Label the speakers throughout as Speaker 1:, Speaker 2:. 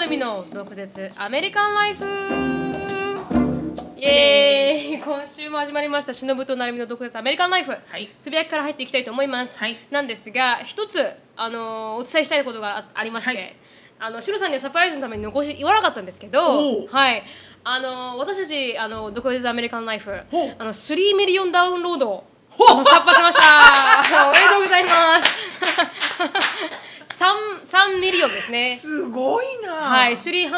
Speaker 1: ルミの毒舌アメリカンライフイエーイ今週も始まりましたしのぶとなるみの毒舌アメリカンライフ、
Speaker 2: はい
Speaker 1: つぶやきから入っていきたいと思います、
Speaker 2: はい
Speaker 1: なんですが一つ、あのーお伝えしたいことがあありまして、
Speaker 2: はい
Speaker 1: あのシロさんにはサプライズのために残し言わなかったんですけ
Speaker 2: お
Speaker 1: ど
Speaker 2: う
Speaker 1: はいあのー私たちあの毒舌アメリカンライフ
Speaker 2: ほう
Speaker 1: あの3ミリオンダウンロードを突破しましたおめでとうございます 3, 3ミリオンですね
Speaker 2: すごいな。
Speaker 1: はい、300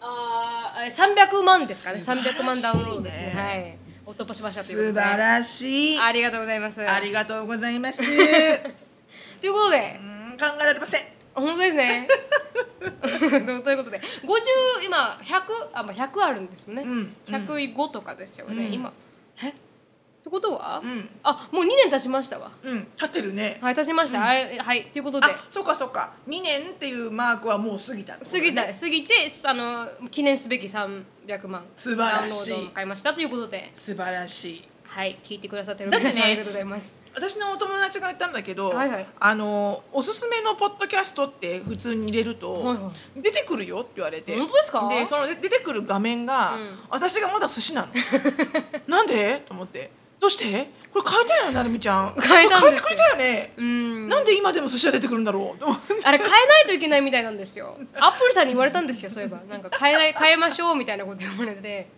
Speaker 1: あーえ300万ですかね、
Speaker 2: 素晴らしいね
Speaker 1: 300万ダウンロードですね。はい、お突破しましたという
Speaker 2: 素晴
Speaker 1: ことで。
Speaker 2: らしい。
Speaker 1: ありがとうございます。
Speaker 2: ありがとうござ います。う
Speaker 1: ということで、
Speaker 2: ん考えられません。
Speaker 1: 本当ですね。 とということで、50今100あまあ100あるんですよね。
Speaker 2: うん
Speaker 1: 105とかですよね。
Speaker 2: うん
Speaker 1: 今えってことは、
Speaker 2: うん
Speaker 1: あもう2年経ちましたわ。
Speaker 2: うん、立ってるね。
Speaker 1: はい経ちました。あえはいということで。
Speaker 2: あ、そうかそうか。2年っていうマークはもう過ぎたってこと
Speaker 1: 過
Speaker 2: ね、
Speaker 1: ぎた過ぎてあの記念すべき300万
Speaker 2: 素晴らしい
Speaker 1: ダウンロードを迎えましたということで
Speaker 2: 素晴らしい。
Speaker 1: はい聞いてくださってる
Speaker 2: だって
Speaker 1: 皆
Speaker 2: ね
Speaker 1: さんありがとうございます、
Speaker 2: 私のお友達が言ったんだけど、
Speaker 1: はいはい
Speaker 2: あのおすすめのポッドキャストって普通に入れると、
Speaker 1: はいは
Speaker 2: 出てくるよって言われて
Speaker 1: 本当ですか
Speaker 2: でそので出てくる画面が、
Speaker 1: うん
Speaker 2: 私がまだ寿司なの なんでと思ってどうしてこれ変えたよねなるみちゃん
Speaker 1: 変えたんですよ
Speaker 2: これ変えてくれたよね、
Speaker 1: うん
Speaker 2: なんで今でも寿司が出てくるんだろうと思って
Speaker 1: あれ変えないといけないみたいなんですよアップルさんに言われたんですよそういえばなんか変えない変えましょうみたいなこと言われて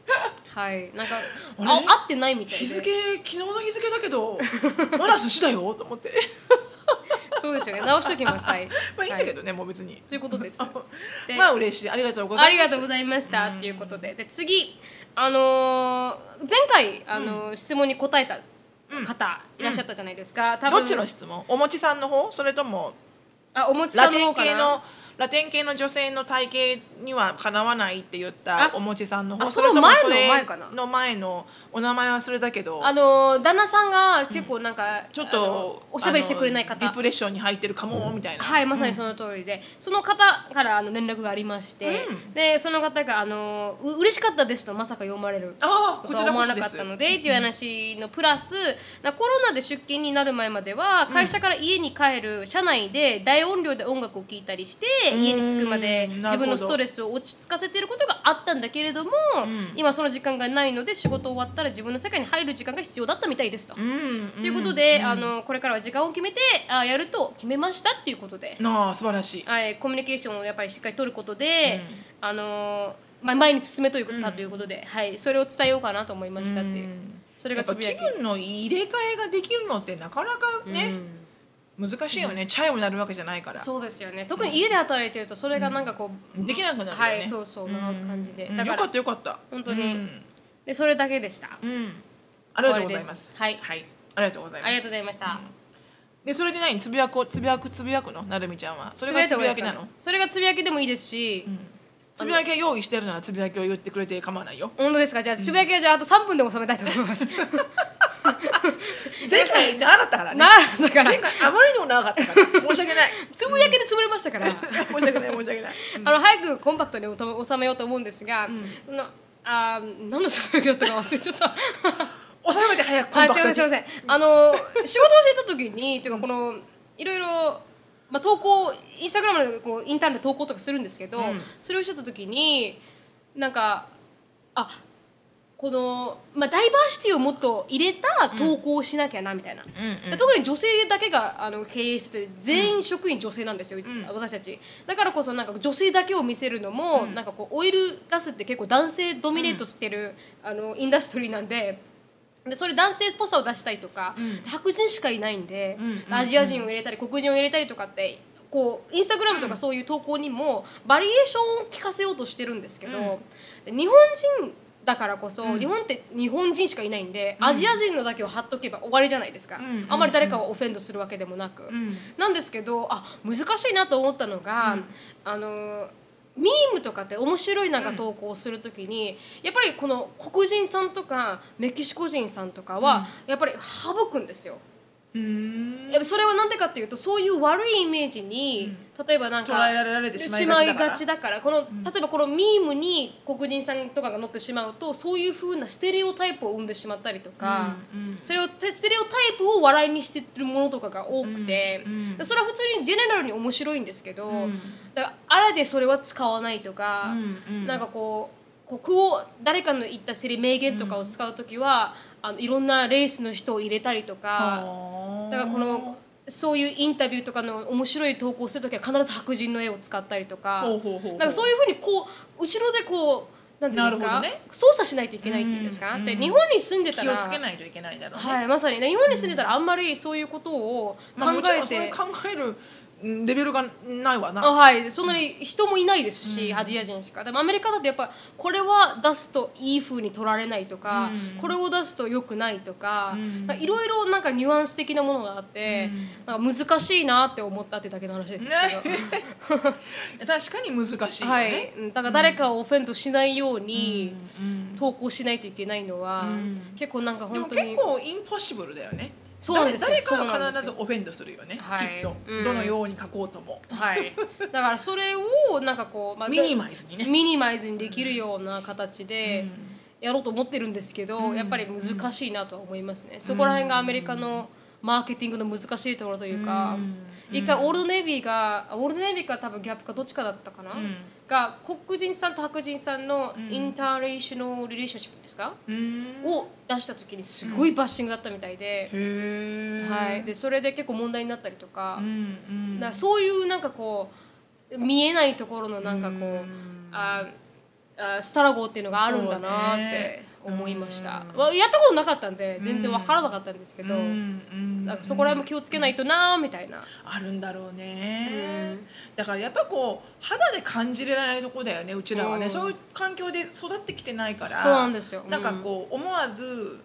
Speaker 1: はいなんか
Speaker 2: あれ
Speaker 1: あ合ってないみたいで
Speaker 2: 日付昨日の日付だけどまだ寿司だよと 思って
Speaker 1: そうですよね直しときますはい
Speaker 2: まあいいんだけ
Speaker 1: は
Speaker 2: どね、もう別に
Speaker 1: い、ということですで
Speaker 2: まあ嬉しいありがとうござ
Speaker 1: あ
Speaker 2: い
Speaker 1: り
Speaker 2: ます
Speaker 1: がとうございましたっていうことでで次、あのー前回、あのー質問に答えた方いらっしゃったじゃないですか、多分
Speaker 2: どっちの質問おもちさんの方それとも
Speaker 1: あおもちさ
Speaker 2: ラ
Speaker 1: んの
Speaker 2: テ
Speaker 1: 方
Speaker 2: ン
Speaker 1: か
Speaker 2: 系
Speaker 1: な
Speaker 2: のラテン系の女性の体型にはかなわないって言っ
Speaker 1: あ
Speaker 2: たおもちさんの
Speaker 1: あ
Speaker 2: 方
Speaker 1: その
Speaker 2: れとも
Speaker 1: 前の
Speaker 2: それ
Speaker 1: 前かな
Speaker 2: の前のお名前はそれだけど
Speaker 1: あのー旦那さんが結構なんか、
Speaker 2: ちょっ
Speaker 1: あ
Speaker 2: と
Speaker 1: のおしゃべりしてくれない
Speaker 2: あのデ
Speaker 1: 方
Speaker 2: プレッションに入ってるかもみたいな、
Speaker 1: はいまさにその通りで、その方からあの連絡がありまして、
Speaker 2: うん
Speaker 1: でその方が、あのーう嬉しかったです」とまさか読まれる
Speaker 2: ああ
Speaker 1: こ
Speaker 2: ことち
Speaker 1: は
Speaker 2: ら
Speaker 1: 思
Speaker 2: こ
Speaker 1: わ
Speaker 2: そ
Speaker 1: な
Speaker 2: で
Speaker 1: かっ
Speaker 2: す
Speaker 1: たのでっていう話のプラスなコロナで出勤になる前までは会社から家に帰る車内で大音量で音楽を聴いたりして
Speaker 2: うん
Speaker 1: 家に着くまで
Speaker 2: なるほど
Speaker 1: 自分のストレスを落ち着かせていることがあったんだけれども
Speaker 2: うん
Speaker 1: 今その時間がないので仕事終わったら自分の世界に入る時間が必要だったみたいですと。
Speaker 2: うんん
Speaker 1: ということで、
Speaker 2: うん
Speaker 1: あのこれからは時間を決めてあやると決めましたっていうことで、
Speaker 2: なあ素晴らしい
Speaker 1: はい、コミュニケーションをやっぱりしっかり取ることで、あのまあ、前に進めということ,、ということで、はい、それを伝えようかなと思いましたっていう、
Speaker 2: うん
Speaker 1: それが
Speaker 2: やっ
Speaker 1: つ
Speaker 2: ぱ
Speaker 1: ぶや
Speaker 2: 気
Speaker 1: き、
Speaker 2: 分の入れ替えができるのってなかなか
Speaker 1: う
Speaker 2: ね、
Speaker 1: ん
Speaker 2: 難しいよね、チャイム鳴るわけじゃないから
Speaker 1: そうですよね特に家で働いてるとそれがなんかこう、
Speaker 2: できなくなるよね、
Speaker 1: はいそうそうな感じで、
Speaker 2: うん
Speaker 1: だか
Speaker 2: よからったよかった
Speaker 1: 本当に
Speaker 2: うん
Speaker 1: でそれだけでした、
Speaker 2: うん、ありがとうございます。
Speaker 1: 終わりです
Speaker 2: はい、ありがとうございま
Speaker 1: あ
Speaker 2: す。
Speaker 1: りがとうございました、
Speaker 2: で、それで何、つぶやく、つぶやく、つぶやくの、なるみちゃんは。それが
Speaker 1: た
Speaker 2: つ
Speaker 1: 方
Speaker 2: ぶ
Speaker 1: がいい
Speaker 2: や
Speaker 1: で
Speaker 2: き
Speaker 1: すか
Speaker 2: な
Speaker 1: ね
Speaker 2: の。
Speaker 1: それがつぶやきでもいいですし、
Speaker 2: つぶやきは用意してるなら、つぶやきを言ってくれて構わないよ。
Speaker 1: 本当ですかじゃあつぶやきはじゃああと3分で収めたいと思います、
Speaker 2: 前回長かったから ね
Speaker 1: な。だから
Speaker 2: 前回あまりにも長かったから、申し訳ない。
Speaker 1: つぶやきで潰れましたから
Speaker 2: 申し訳ない、申し訳ない。
Speaker 1: あの早くコンパクトにおと収めようと思うんですが、そのあー何のつぶやきだったか忘れちゃった。
Speaker 2: 収めて早くコン
Speaker 1: あ
Speaker 2: パ
Speaker 1: す
Speaker 2: ク
Speaker 1: い
Speaker 2: ト
Speaker 1: ません
Speaker 2: に
Speaker 1: すいませんあの仕事をしてた時にというかこのいろいろ、まあ、投稿インスタグラムでこうインターンで投稿とかするんですけど、
Speaker 2: うん
Speaker 1: それをしてた時になんかあこの、まあ、ダイバーシティをもっと入れた投稿をしなきゃなみたいな。
Speaker 2: うんうん
Speaker 1: で特に女性だけがあの経営してて全員職員女性なんですよ、
Speaker 2: ん
Speaker 1: 私たちだからこそなんか女性だけを見せるのも、なんかこうオイルガスって結構男性ドミネートしてる、あのインダストリーなんで。でそれ男性っぽさを出したりとか、白人しかいないんで、
Speaker 2: うん
Speaker 1: アジア人を入れたり黒人を入れたりとかってこうインスタグラムとかそういう投稿にもバリエーションを聞かせようとしてるんですけど、で日本人だからこそ、日本って日本人しかいないんで、アジア人のだけを貼っとけば終わりじゃないですか、
Speaker 2: うん
Speaker 1: あまり誰かをオフェンドするわけでもなく、
Speaker 2: ん
Speaker 1: なんですけどあ難しいなと思ったのが、あのミームとかって面白いなんか投稿するときに、やっぱりこの黒人さんとかメキシコ人さんとかは、やっぱり省くんですよ。
Speaker 2: うーん
Speaker 1: やっぱそれはなんでかっていうとそういう悪いイメージに、例えばなんか
Speaker 2: 捉えられて
Speaker 1: し
Speaker 2: し
Speaker 1: ま
Speaker 2: ま
Speaker 1: い
Speaker 2: い
Speaker 1: が
Speaker 2: が
Speaker 1: ち
Speaker 2: ち
Speaker 1: だからこの、
Speaker 2: ん
Speaker 1: 例えばこのミームに黒人さんとかが乗ってしまうとそういう風なステレオタイプを生んでしまったりとか、
Speaker 2: うんうん
Speaker 1: それをステレオタイプを笑いにしてるものとかが多くて、
Speaker 2: うんうん
Speaker 1: だからそれは普通にジェネラルに面白いんですけど、
Speaker 2: うん
Speaker 1: だからあらでそれは使わないとか、
Speaker 2: うんうん
Speaker 1: なんかこう国を誰かの言ったセリ名言とかを使う時は、あのいろんなレースの人を入れたりとか。
Speaker 2: はあ
Speaker 1: だからこのそういうインタビューとかの面白い投稿するときは必ず白人の絵を使ったりとか
Speaker 2: ほうほうほうほう
Speaker 1: なんかそういうふうにこう後ろでこうなんていうんですか、
Speaker 2: なるほどね
Speaker 1: 操作しないといけないっていうんですか、
Speaker 2: うん
Speaker 1: で日本に住んでた
Speaker 2: 気
Speaker 1: ら
Speaker 2: をつけないといけないだろうね、
Speaker 1: はいまさにね日本に住んでたらあんまりそういうことを考
Speaker 2: まあもちろ
Speaker 1: え
Speaker 2: んそれ
Speaker 1: て、
Speaker 2: 考えるうんレベルがないわ
Speaker 1: あ
Speaker 2: な
Speaker 1: はいそんなに人もいないですし、
Speaker 2: うん
Speaker 1: アジア人しかでもアメリカだとやっぱこれは出すといい風に取られないとか、
Speaker 2: うん
Speaker 1: これを出すと良くないとか
Speaker 2: うん
Speaker 1: なんかいろいろなんかニュアンス的なものがあって、なんか難しいなって思ったってだけの話ですけど。
Speaker 2: 確かに難しいよね、
Speaker 1: はい、うんだから誰かをオフェンドしないように
Speaker 2: うん
Speaker 1: 投稿しないといけないのは、
Speaker 2: うん
Speaker 1: 結構なんか
Speaker 2: でも
Speaker 1: 本当に
Speaker 2: 結構インポッシブルだよね
Speaker 1: そうなんですよ
Speaker 2: 誰誰
Speaker 1: そうな
Speaker 2: かが
Speaker 1: んで
Speaker 2: 必
Speaker 1: す
Speaker 2: ず
Speaker 1: よ
Speaker 2: オフェンドするよね、
Speaker 1: はい
Speaker 2: きっと、
Speaker 1: うん
Speaker 2: どのように書こうとも
Speaker 1: はい、だからそれをなんかこう、まあ
Speaker 2: ミニマイズにね
Speaker 1: ミニマイズにできるような形で
Speaker 2: うん
Speaker 1: やろうと思ってるんですけど、
Speaker 2: うん
Speaker 1: やっぱり難しいなとは思いますね、そこら辺がアメリカのマーケティングの難しいところというか、
Speaker 2: うん
Speaker 1: 一回オールドネイビーがあオールドネイビーか多分ギャップかどっちかだったかな、
Speaker 2: うん
Speaker 1: が黒人さんと白人さんの
Speaker 2: うん
Speaker 1: インターレーショナルリレーションシップですか、
Speaker 2: うん
Speaker 1: を出した時にすごいバッシングだったみたいで,、
Speaker 2: へえ
Speaker 1: はい、でそれで結構問題になったりとか,、
Speaker 2: うんうん
Speaker 1: だからそういうなんかこう見えないところのなんかこう、
Speaker 2: ん
Speaker 1: ああスタラゴっていうのがあるんだなって
Speaker 2: そうね
Speaker 1: 思いました、
Speaker 2: うん
Speaker 1: まあやったことなかったんで全然
Speaker 2: うん
Speaker 1: わからなかったんですけど、
Speaker 2: うんうん
Speaker 1: なんかそこら辺も気をつけないとなーみたいな。
Speaker 2: あるんだろうね、
Speaker 1: うん
Speaker 2: だからやっぱこう肌で感じれないとこだよねうちらはね、
Speaker 1: うん
Speaker 2: そういう環境で育ってきてないから
Speaker 1: そうなんですよ
Speaker 2: なんかこう思わず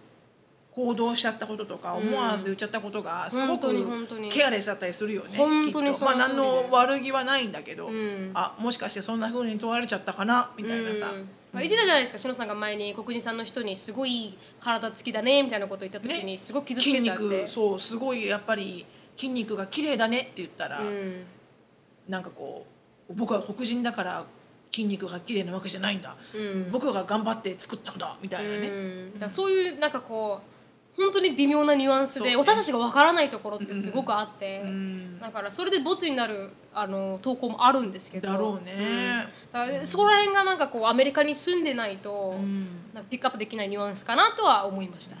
Speaker 2: 行動しちゃったこととか
Speaker 1: うん
Speaker 2: 思わず言っちゃったことがすご
Speaker 1: 本当
Speaker 2: く
Speaker 1: に本当に
Speaker 2: ケアレスだったりするよね
Speaker 1: 本当に
Speaker 2: きっと
Speaker 1: その
Speaker 2: まあ
Speaker 1: 通り
Speaker 2: 何の悪気はないんだけど、
Speaker 1: うん
Speaker 2: あもしかしてそんな風に問われちゃったかなみたいなさ、
Speaker 1: うんまあ、言ってたじゃないですか篠さんが前に黒人さんの人にすごい体つきだねみたいなことを言った時に
Speaker 2: ね
Speaker 1: すごく傷つ
Speaker 2: 筋
Speaker 1: けたって、
Speaker 2: 肉そうすごいやっぱり筋肉が綺麗だねって言ったら、
Speaker 1: うん
Speaker 2: なんかこう僕は黒人だから筋肉が綺麗なわけじゃないんだ、
Speaker 1: うん
Speaker 2: 僕が頑張って作ったんだみたいなね、
Speaker 1: うんだからそういうなんかこう本当に微妙なニュアンスで、
Speaker 2: そうね
Speaker 1: 私たちがわからないところってすごくあって、
Speaker 2: うん
Speaker 1: だからそれでボツになるあの投稿もあるんですけど
Speaker 2: だろうね
Speaker 1: んだからそこら辺がなんかこうアメリカに住んでないと、
Speaker 2: うん
Speaker 1: なんかピックアップできないニュアンスかなとは思いました、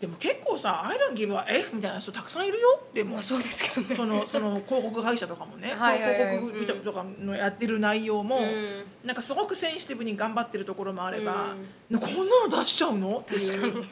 Speaker 2: でも結構さ「I don't give a F」みたいな人たくさんいるよでも
Speaker 1: まあそうですけどね
Speaker 2: そのその広告会社とかもね
Speaker 1: はいはいはい
Speaker 2: 広告見たとかのやってる内容も、
Speaker 1: うん
Speaker 2: なんかすごくセンシティブに頑張ってるところもあれば、
Speaker 1: う
Speaker 2: こんなの出しちゃうのっていう いいん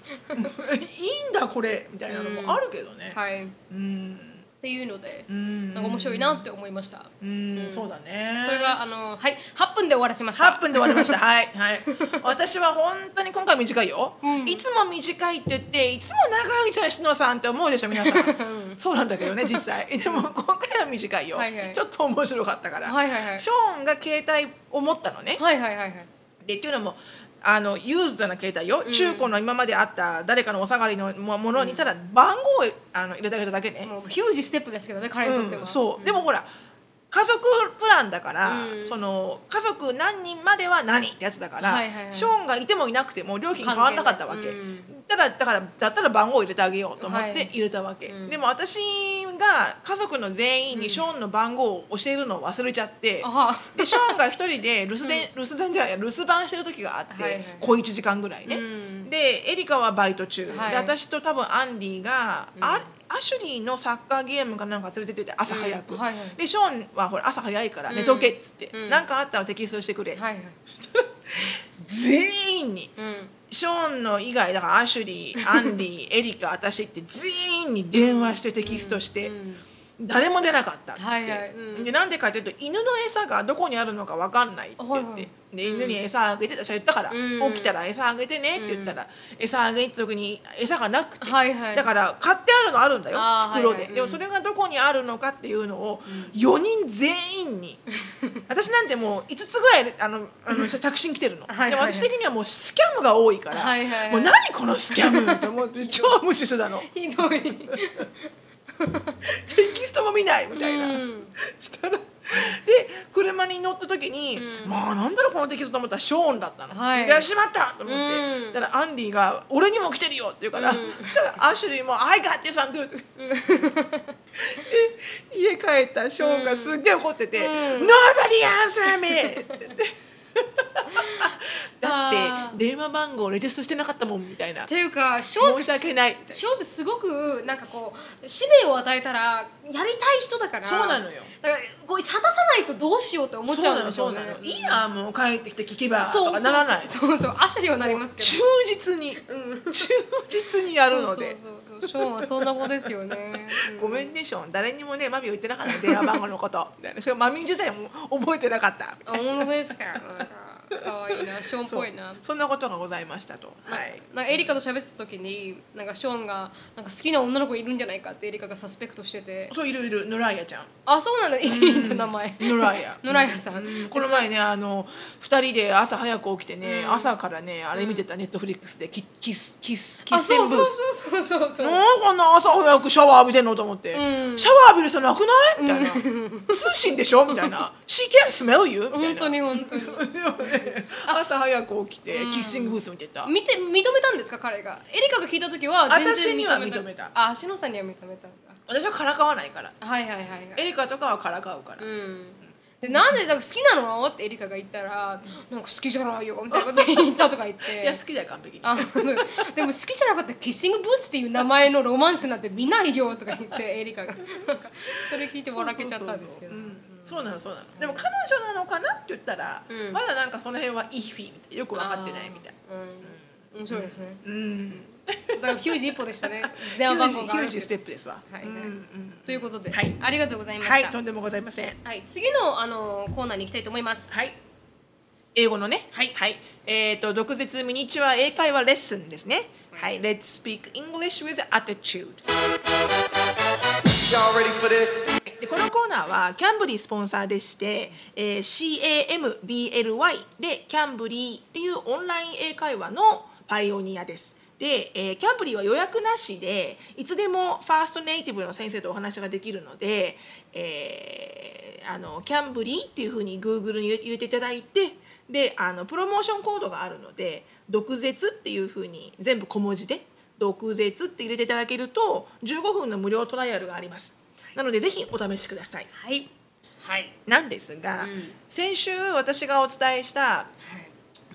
Speaker 2: だこれみたいなのもあるけどね。
Speaker 1: はいっ
Speaker 2: うん
Speaker 1: ていうので
Speaker 2: うん
Speaker 1: なんか面白いなって思いました、
Speaker 2: うん、
Speaker 1: うん
Speaker 2: そうだね
Speaker 1: それがあのはい8分で終わらせました
Speaker 2: 8分で終わ りましたはい、はい、私は本当に今回短いよ、
Speaker 1: うん
Speaker 2: いつも短いって言っていつも長いじゃん篠野さんって思うでしょ 皆さんそうなんだけどね実際でも今回は短いよ、
Speaker 1: はいはい
Speaker 2: ちょっと面白かったから、
Speaker 1: はいはいはい
Speaker 2: ショーンが携帯を持ったのね、
Speaker 1: はいはいはいはい
Speaker 2: でっていうのもあのユーズドな携帯よ、中古の今まであった誰かのお下がりのもものにただ番号をあの入れてあげただけね、
Speaker 1: もうヒュージステップですけどね彼にとっては、
Speaker 2: うん、そうでもほら家族プランだから、
Speaker 1: うん
Speaker 2: その家族何人までは何ってやつだから、
Speaker 1: はいはいはい
Speaker 2: ショーンがいてもいなくても料金変わんなかったわけ、
Speaker 1: 関係ないうん
Speaker 2: ただだからだったら番号を入れてあげようと思っ
Speaker 1: はい
Speaker 2: て入れたわけ、
Speaker 1: うん
Speaker 2: でも私が家族の全員にショーンの番号を教えるのを忘れちゃって、
Speaker 1: あは
Speaker 2: でショーンが一人で留守電、留守電じゃない留守番してる時があって、
Speaker 1: はいはい
Speaker 2: 小1時間ぐらいね、
Speaker 1: うん
Speaker 2: でエリカはバイト中、
Speaker 1: はい
Speaker 2: で私と多分アンディが、あアシュリーのサッカーゲームかなんか連れてってて朝早く、
Speaker 1: うんはいはい
Speaker 2: でショーンはほら朝早いから
Speaker 1: うん
Speaker 2: 寝とけっつって、
Speaker 1: うん
Speaker 2: なんかあったらテキストしてくれ、
Speaker 1: はいはい
Speaker 2: 全員に
Speaker 1: うん
Speaker 2: ショーンの以外だからアシュリーアンディエリカ私って全員に電話してテキストして。
Speaker 1: うん
Speaker 2: 誰も出なかったっつって、
Speaker 1: はいはいうん
Speaker 2: でなんでかっていうと犬の餌がどこにあるのかわかんないって言って、
Speaker 1: はいはい
Speaker 2: で犬に餌あげて私は言ったから、
Speaker 1: うん
Speaker 2: 起きたら餌あげてねって言ったら、餌あげに行った時に餌がなくて、
Speaker 1: はいはい
Speaker 2: だから買ってあるのあるんだよ
Speaker 1: あー
Speaker 2: 袋で、
Speaker 1: はいはい
Speaker 2: でもそれがどこにあるのかっていうのを4人全 員に私なんてもう5つぐらいあのあの着信来てるの、
Speaker 1: いはいはい
Speaker 2: でも私的にはもうスキャムが多いから、
Speaker 1: はいはいはい
Speaker 2: もう何このスキャムと思って超無視してたの。
Speaker 1: ひどい
Speaker 2: たいみたいな、
Speaker 1: うん
Speaker 2: したらで車に乗った時に、
Speaker 1: うん
Speaker 2: まあなんだろうこのテキストと思ったらショーンだったの、
Speaker 1: はい
Speaker 2: でしまったと思って、
Speaker 1: うん
Speaker 2: そしたらアンディが「俺にも来てるよ」って言うから、
Speaker 1: うん
Speaker 2: そしたらアシュリーも「I got this I'm good」で家帰ったショーンがすっげえ怒ってて「
Speaker 1: うん
Speaker 2: Nobody answer me!」だ
Speaker 1: あ
Speaker 2: っ
Speaker 1: ー
Speaker 2: て電話番号レジストしてなかったもんみたいな
Speaker 1: っていうかショーっ
Speaker 2: 申
Speaker 1: て
Speaker 2: し訳ないみたい
Speaker 1: ショーってすごくなんかこう使命を与えたらやりたい人だから
Speaker 2: なそうなのよ
Speaker 1: だからこう探さないとどうしようって思っちゃうんでし
Speaker 2: そ
Speaker 1: ょ
Speaker 2: う
Speaker 1: うね
Speaker 2: なのそうなのいいやもう帰ってきて聞けば
Speaker 1: そう
Speaker 2: とかならない
Speaker 1: そうそうそうアシャリはなりますけど
Speaker 2: 忠実に
Speaker 1: うん
Speaker 2: 忠実にやるので
Speaker 1: そうそうそうショーンはそんな子ですよね、
Speaker 2: ごめんねショーン誰にもねマミを言ってなかった電話番号のことみたいなそれマミ自体も覚えてなかった
Speaker 1: あ本当ですかなんか可愛いなショーンっぽいな
Speaker 2: そうそんなことがございましたとはい
Speaker 1: なんかエリカと喋ってた時になんかショーンがなんか好きな女の子いるんじゃないかってエリカがサスペクトしてて
Speaker 2: そういるいるヌライヤちゃん
Speaker 1: あそうなんだいいんだ名前
Speaker 2: ヌライヤ
Speaker 1: 野良屋さん
Speaker 2: うんこの前ねあの2人で朝早く起きてね、
Speaker 1: うん
Speaker 2: 朝からねあれ見てたネットフリックスでキキスキスキ
Speaker 1: あ
Speaker 2: ッセ
Speaker 1: そ
Speaker 2: ン
Speaker 1: う
Speaker 2: ブ
Speaker 1: そ
Speaker 2: ー
Speaker 1: う
Speaker 2: ス
Speaker 1: そうそうそう
Speaker 2: なんかこんな朝早くシャワー浴びてんのと思って、
Speaker 1: うん
Speaker 2: シャワー浴びる人なくないみたいな、通信でしょみた いな「She can't smell you」みたい
Speaker 1: 本
Speaker 2: な
Speaker 1: 当に本当に
Speaker 2: でもね 朝早く起きて、キッシングブース見て た
Speaker 1: 見て認めたんですか彼がエリカが聞いた時は
Speaker 2: 私
Speaker 1: 全
Speaker 2: に
Speaker 1: 然
Speaker 2: は
Speaker 1: 認めた
Speaker 2: 認めた
Speaker 1: あ篠さんには認めたんだ
Speaker 2: 私はからかわないから
Speaker 1: はいはいはいはい
Speaker 2: エリカとかはからかうから、
Speaker 1: うんでなんでだから好きなのってエリカが言ったら「なんか好きじゃないよ」みたいなこと言ったとか言って
Speaker 2: いや好きだよ完璧に
Speaker 1: あそうでも好きじゃなかったらキッシングブースっていう名前のロマンスなんて見ないよとか言ってエリカ がなんかそれ聞いて笑けちゃったんですけど
Speaker 2: そうそうそうそううんそうなのそうなのでも彼女なのかなって言ったら、
Speaker 1: うん
Speaker 2: まだなんかその辺はイーフィーみたいよく分かってないみたい
Speaker 1: あーうん面白いですね
Speaker 2: うん
Speaker 1: だからヒュージ一歩でしたね
Speaker 2: ヒ
Speaker 1: 電話
Speaker 2: ュー
Speaker 1: 番
Speaker 2: ジ
Speaker 1: 号
Speaker 2: ヒ
Speaker 1: があ
Speaker 2: ュ
Speaker 1: るって
Speaker 2: ー
Speaker 1: い
Speaker 2: ジ
Speaker 1: う
Speaker 2: ステップですわ
Speaker 1: はいはい
Speaker 2: うんうん
Speaker 1: ということで、
Speaker 2: はい
Speaker 1: ありがとうございました、
Speaker 2: はいとんでもございません
Speaker 1: はい、次のあのコーナーに行きたいと思います。
Speaker 2: はい英語のねはい、えっ、と毒舌ミニチュア英会話レッスンですねはい、Let's speak English with attitude
Speaker 3: Y'all ready for this?
Speaker 2: でこのコーナーはキャンブリースポンサーでして、えー CAMBLY でキャンブリーっていうオンライン英会話のパイオニアです。で、えーキャンブリーは予約なしでいつでもファーストネイティブの先生とお話ができるので、えーあのキャンブリーっていうふうに Google に入れていただいてであのプロモーションコードがあるので「毒舌」っていうふうに全部小文字で「毒舌」って入れていただけると15分の無料トライアルがあります。なのでぜひお試しください。
Speaker 1: はい。はい。
Speaker 2: なんですが、
Speaker 1: うん
Speaker 2: 先週私がお伝えした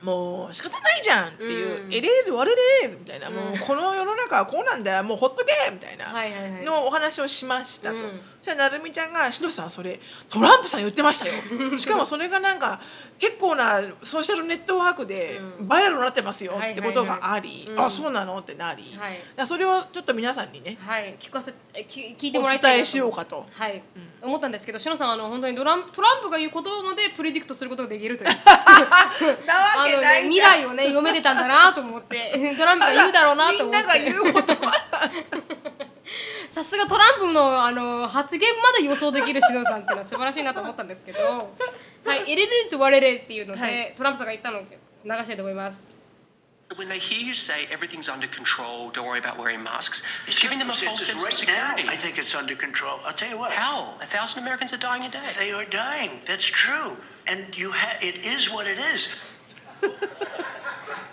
Speaker 2: もう仕方ないじゃんっていう
Speaker 1: う
Speaker 2: 「
Speaker 1: ん
Speaker 2: It is what it is」みたいな、もうこの世の中はこうなんだよもうほっとけみたいな
Speaker 1: はいはいはい
Speaker 2: のお話をしましたと、
Speaker 1: うん
Speaker 2: そしたらなるみちゃんが「しのさんそれトランプさん言ってまし たよしかもそれがなんか結構なソーシャルネットワークで
Speaker 1: うん
Speaker 2: バイラルになってますよ」
Speaker 1: はいはいはい
Speaker 2: ってことがあり「
Speaker 1: うん
Speaker 2: あそうなの?」ってなり、だか
Speaker 1: はい。
Speaker 2: らそれをちょっと皆さん にね
Speaker 1: はい。聞かせ、え、き、聞いて
Speaker 2: お
Speaker 1: もらいたい
Speaker 2: 伝え
Speaker 1: なと
Speaker 2: しよう。かと。
Speaker 1: はい、思ったんですけど、しのさん、あの、本当にドラン、トランプが言う言葉までプレディクトすることができると いう。
Speaker 2: な
Speaker 1: あのね、未来をね、読めてたんだなと思って、トランプが言うだろうなと思
Speaker 2: みん
Speaker 1: っ
Speaker 2: なが
Speaker 1: て。
Speaker 2: 言うことは
Speaker 1: さすがトランプの、あの、発言まで予想できるしのさんっていうのは素晴らしいなと思ったんですけど。 はい、エレレス、ワレレスっていうので、
Speaker 2: はい
Speaker 1: トランプさんが言ったのを流したいと思います。
Speaker 4: When they hear you say everything's under control, don't worry about wearing masks, it's giving them a
Speaker 3: It's-
Speaker 4: false
Speaker 3: it's
Speaker 4: sense of
Speaker 3: right
Speaker 4: security.
Speaker 3: Now, I think it's under control. I'll tell you what.
Speaker 4: How? A thousand Americans are dying a day.
Speaker 3: They are dying. That's true. And you ha- it is what it is.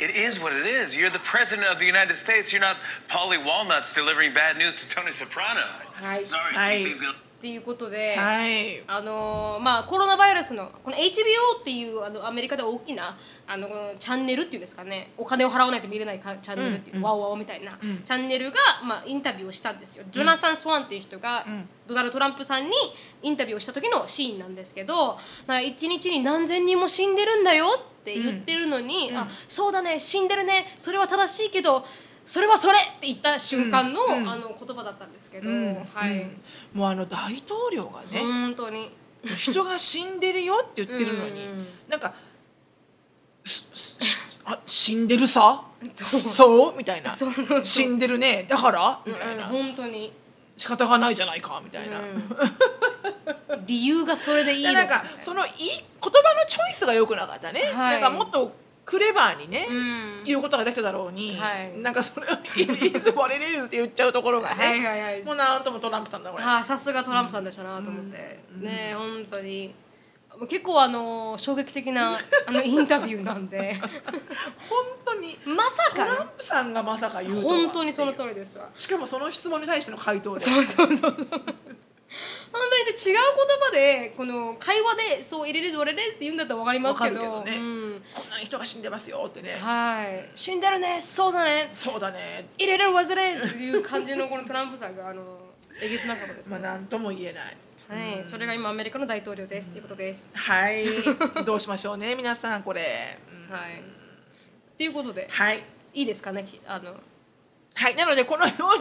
Speaker 5: It is what it is. You're the president of the United States. You're not Polly Walnuts delivering bad news to Tony Soprano.
Speaker 1: Right.
Speaker 5: Sorry,
Speaker 2: Right.
Speaker 5: TT's gonna
Speaker 1: っていうことで。
Speaker 2: はい。
Speaker 1: あのーまあ、コロナウイルスのこの HBO っていうあのアメリカでは大きなあのチャンネルっていうんですかねお金を払わないと見れないかチャンネルっていう、ワオワオみたいな、チャンネルが、まあ、インタビューをしたんですよジョナサン・スワンっていう人が、ドナルド・トランプさんにインタビューをした時のシーンなんですけどなんか1日に何千人も死んでるんだよって言ってるのに、あそうだね死んでるねそれは正しいけどそれはそれって言った瞬間の,、あの言葉だったんですけど、はい、
Speaker 2: もうあの大統領がね、
Speaker 1: 本当に。
Speaker 2: 人が死んでるよって言ってるのに、
Speaker 1: うん
Speaker 2: なんか。すすあ死んでるさ
Speaker 1: そう
Speaker 2: そうみたいな
Speaker 1: そうそうそう
Speaker 2: 死んでるねだからみたいな、
Speaker 1: うん、本当に、
Speaker 2: 仕方がないじゃないかみたいな、
Speaker 1: うん理由がそれでいい
Speaker 2: で
Speaker 1: の
Speaker 2: なんかそのいい言葉のチョイスが良くなかったね、
Speaker 1: はい
Speaker 2: なんかもっとクレバーにね、
Speaker 1: うん
Speaker 2: 言うことができただろうに、
Speaker 1: はい
Speaker 2: なんかそ れを「イリーズ・ボレリーズ」って言っちゃうところがね
Speaker 1: はいはいはい
Speaker 2: もうなんともトランプさんだこれ。
Speaker 1: はい、さすがトランプさんでしたなと思って、ねえ本当にもう結構あの衝撃的なあ のインタビューなんで
Speaker 2: 本当に
Speaker 1: まさ
Speaker 2: ト
Speaker 1: か
Speaker 2: ラン
Speaker 1: ね
Speaker 2: プさんがまさか言うとは
Speaker 1: 本当にその通りですわ
Speaker 2: しかもその質問に対しての回答で
Speaker 1: そうそうそうそう本当にで違う言葉でこの会話でそう入れる俺ですって言うんだったら分かりますけど
Speaker 2: わかるけどね
Speaker 1: うん、
Speaker 2: こんなに人が死んでますよってね、
Speaker 1: はい死んでるねそうだね
Speaker 2: そうだね
Speaker 1: 入れる忘れっていう感じのこのトランプさんがあのえげつなかったです、
Speaker 2: まあ
Speaker 1: ね
Speaker 2: 何とも言えない
Speaker 1: はい、それが今アメリカの大統領ですっていうことです、
Speaker 2: はい どうしましょうね皆さんこれ、うん
Speaker 1: はいっていうことで
Speaker 2: はい
Speaker 1: いいですかねきあの
Speaker 2: はいなのでこのよう
Speaker 1: は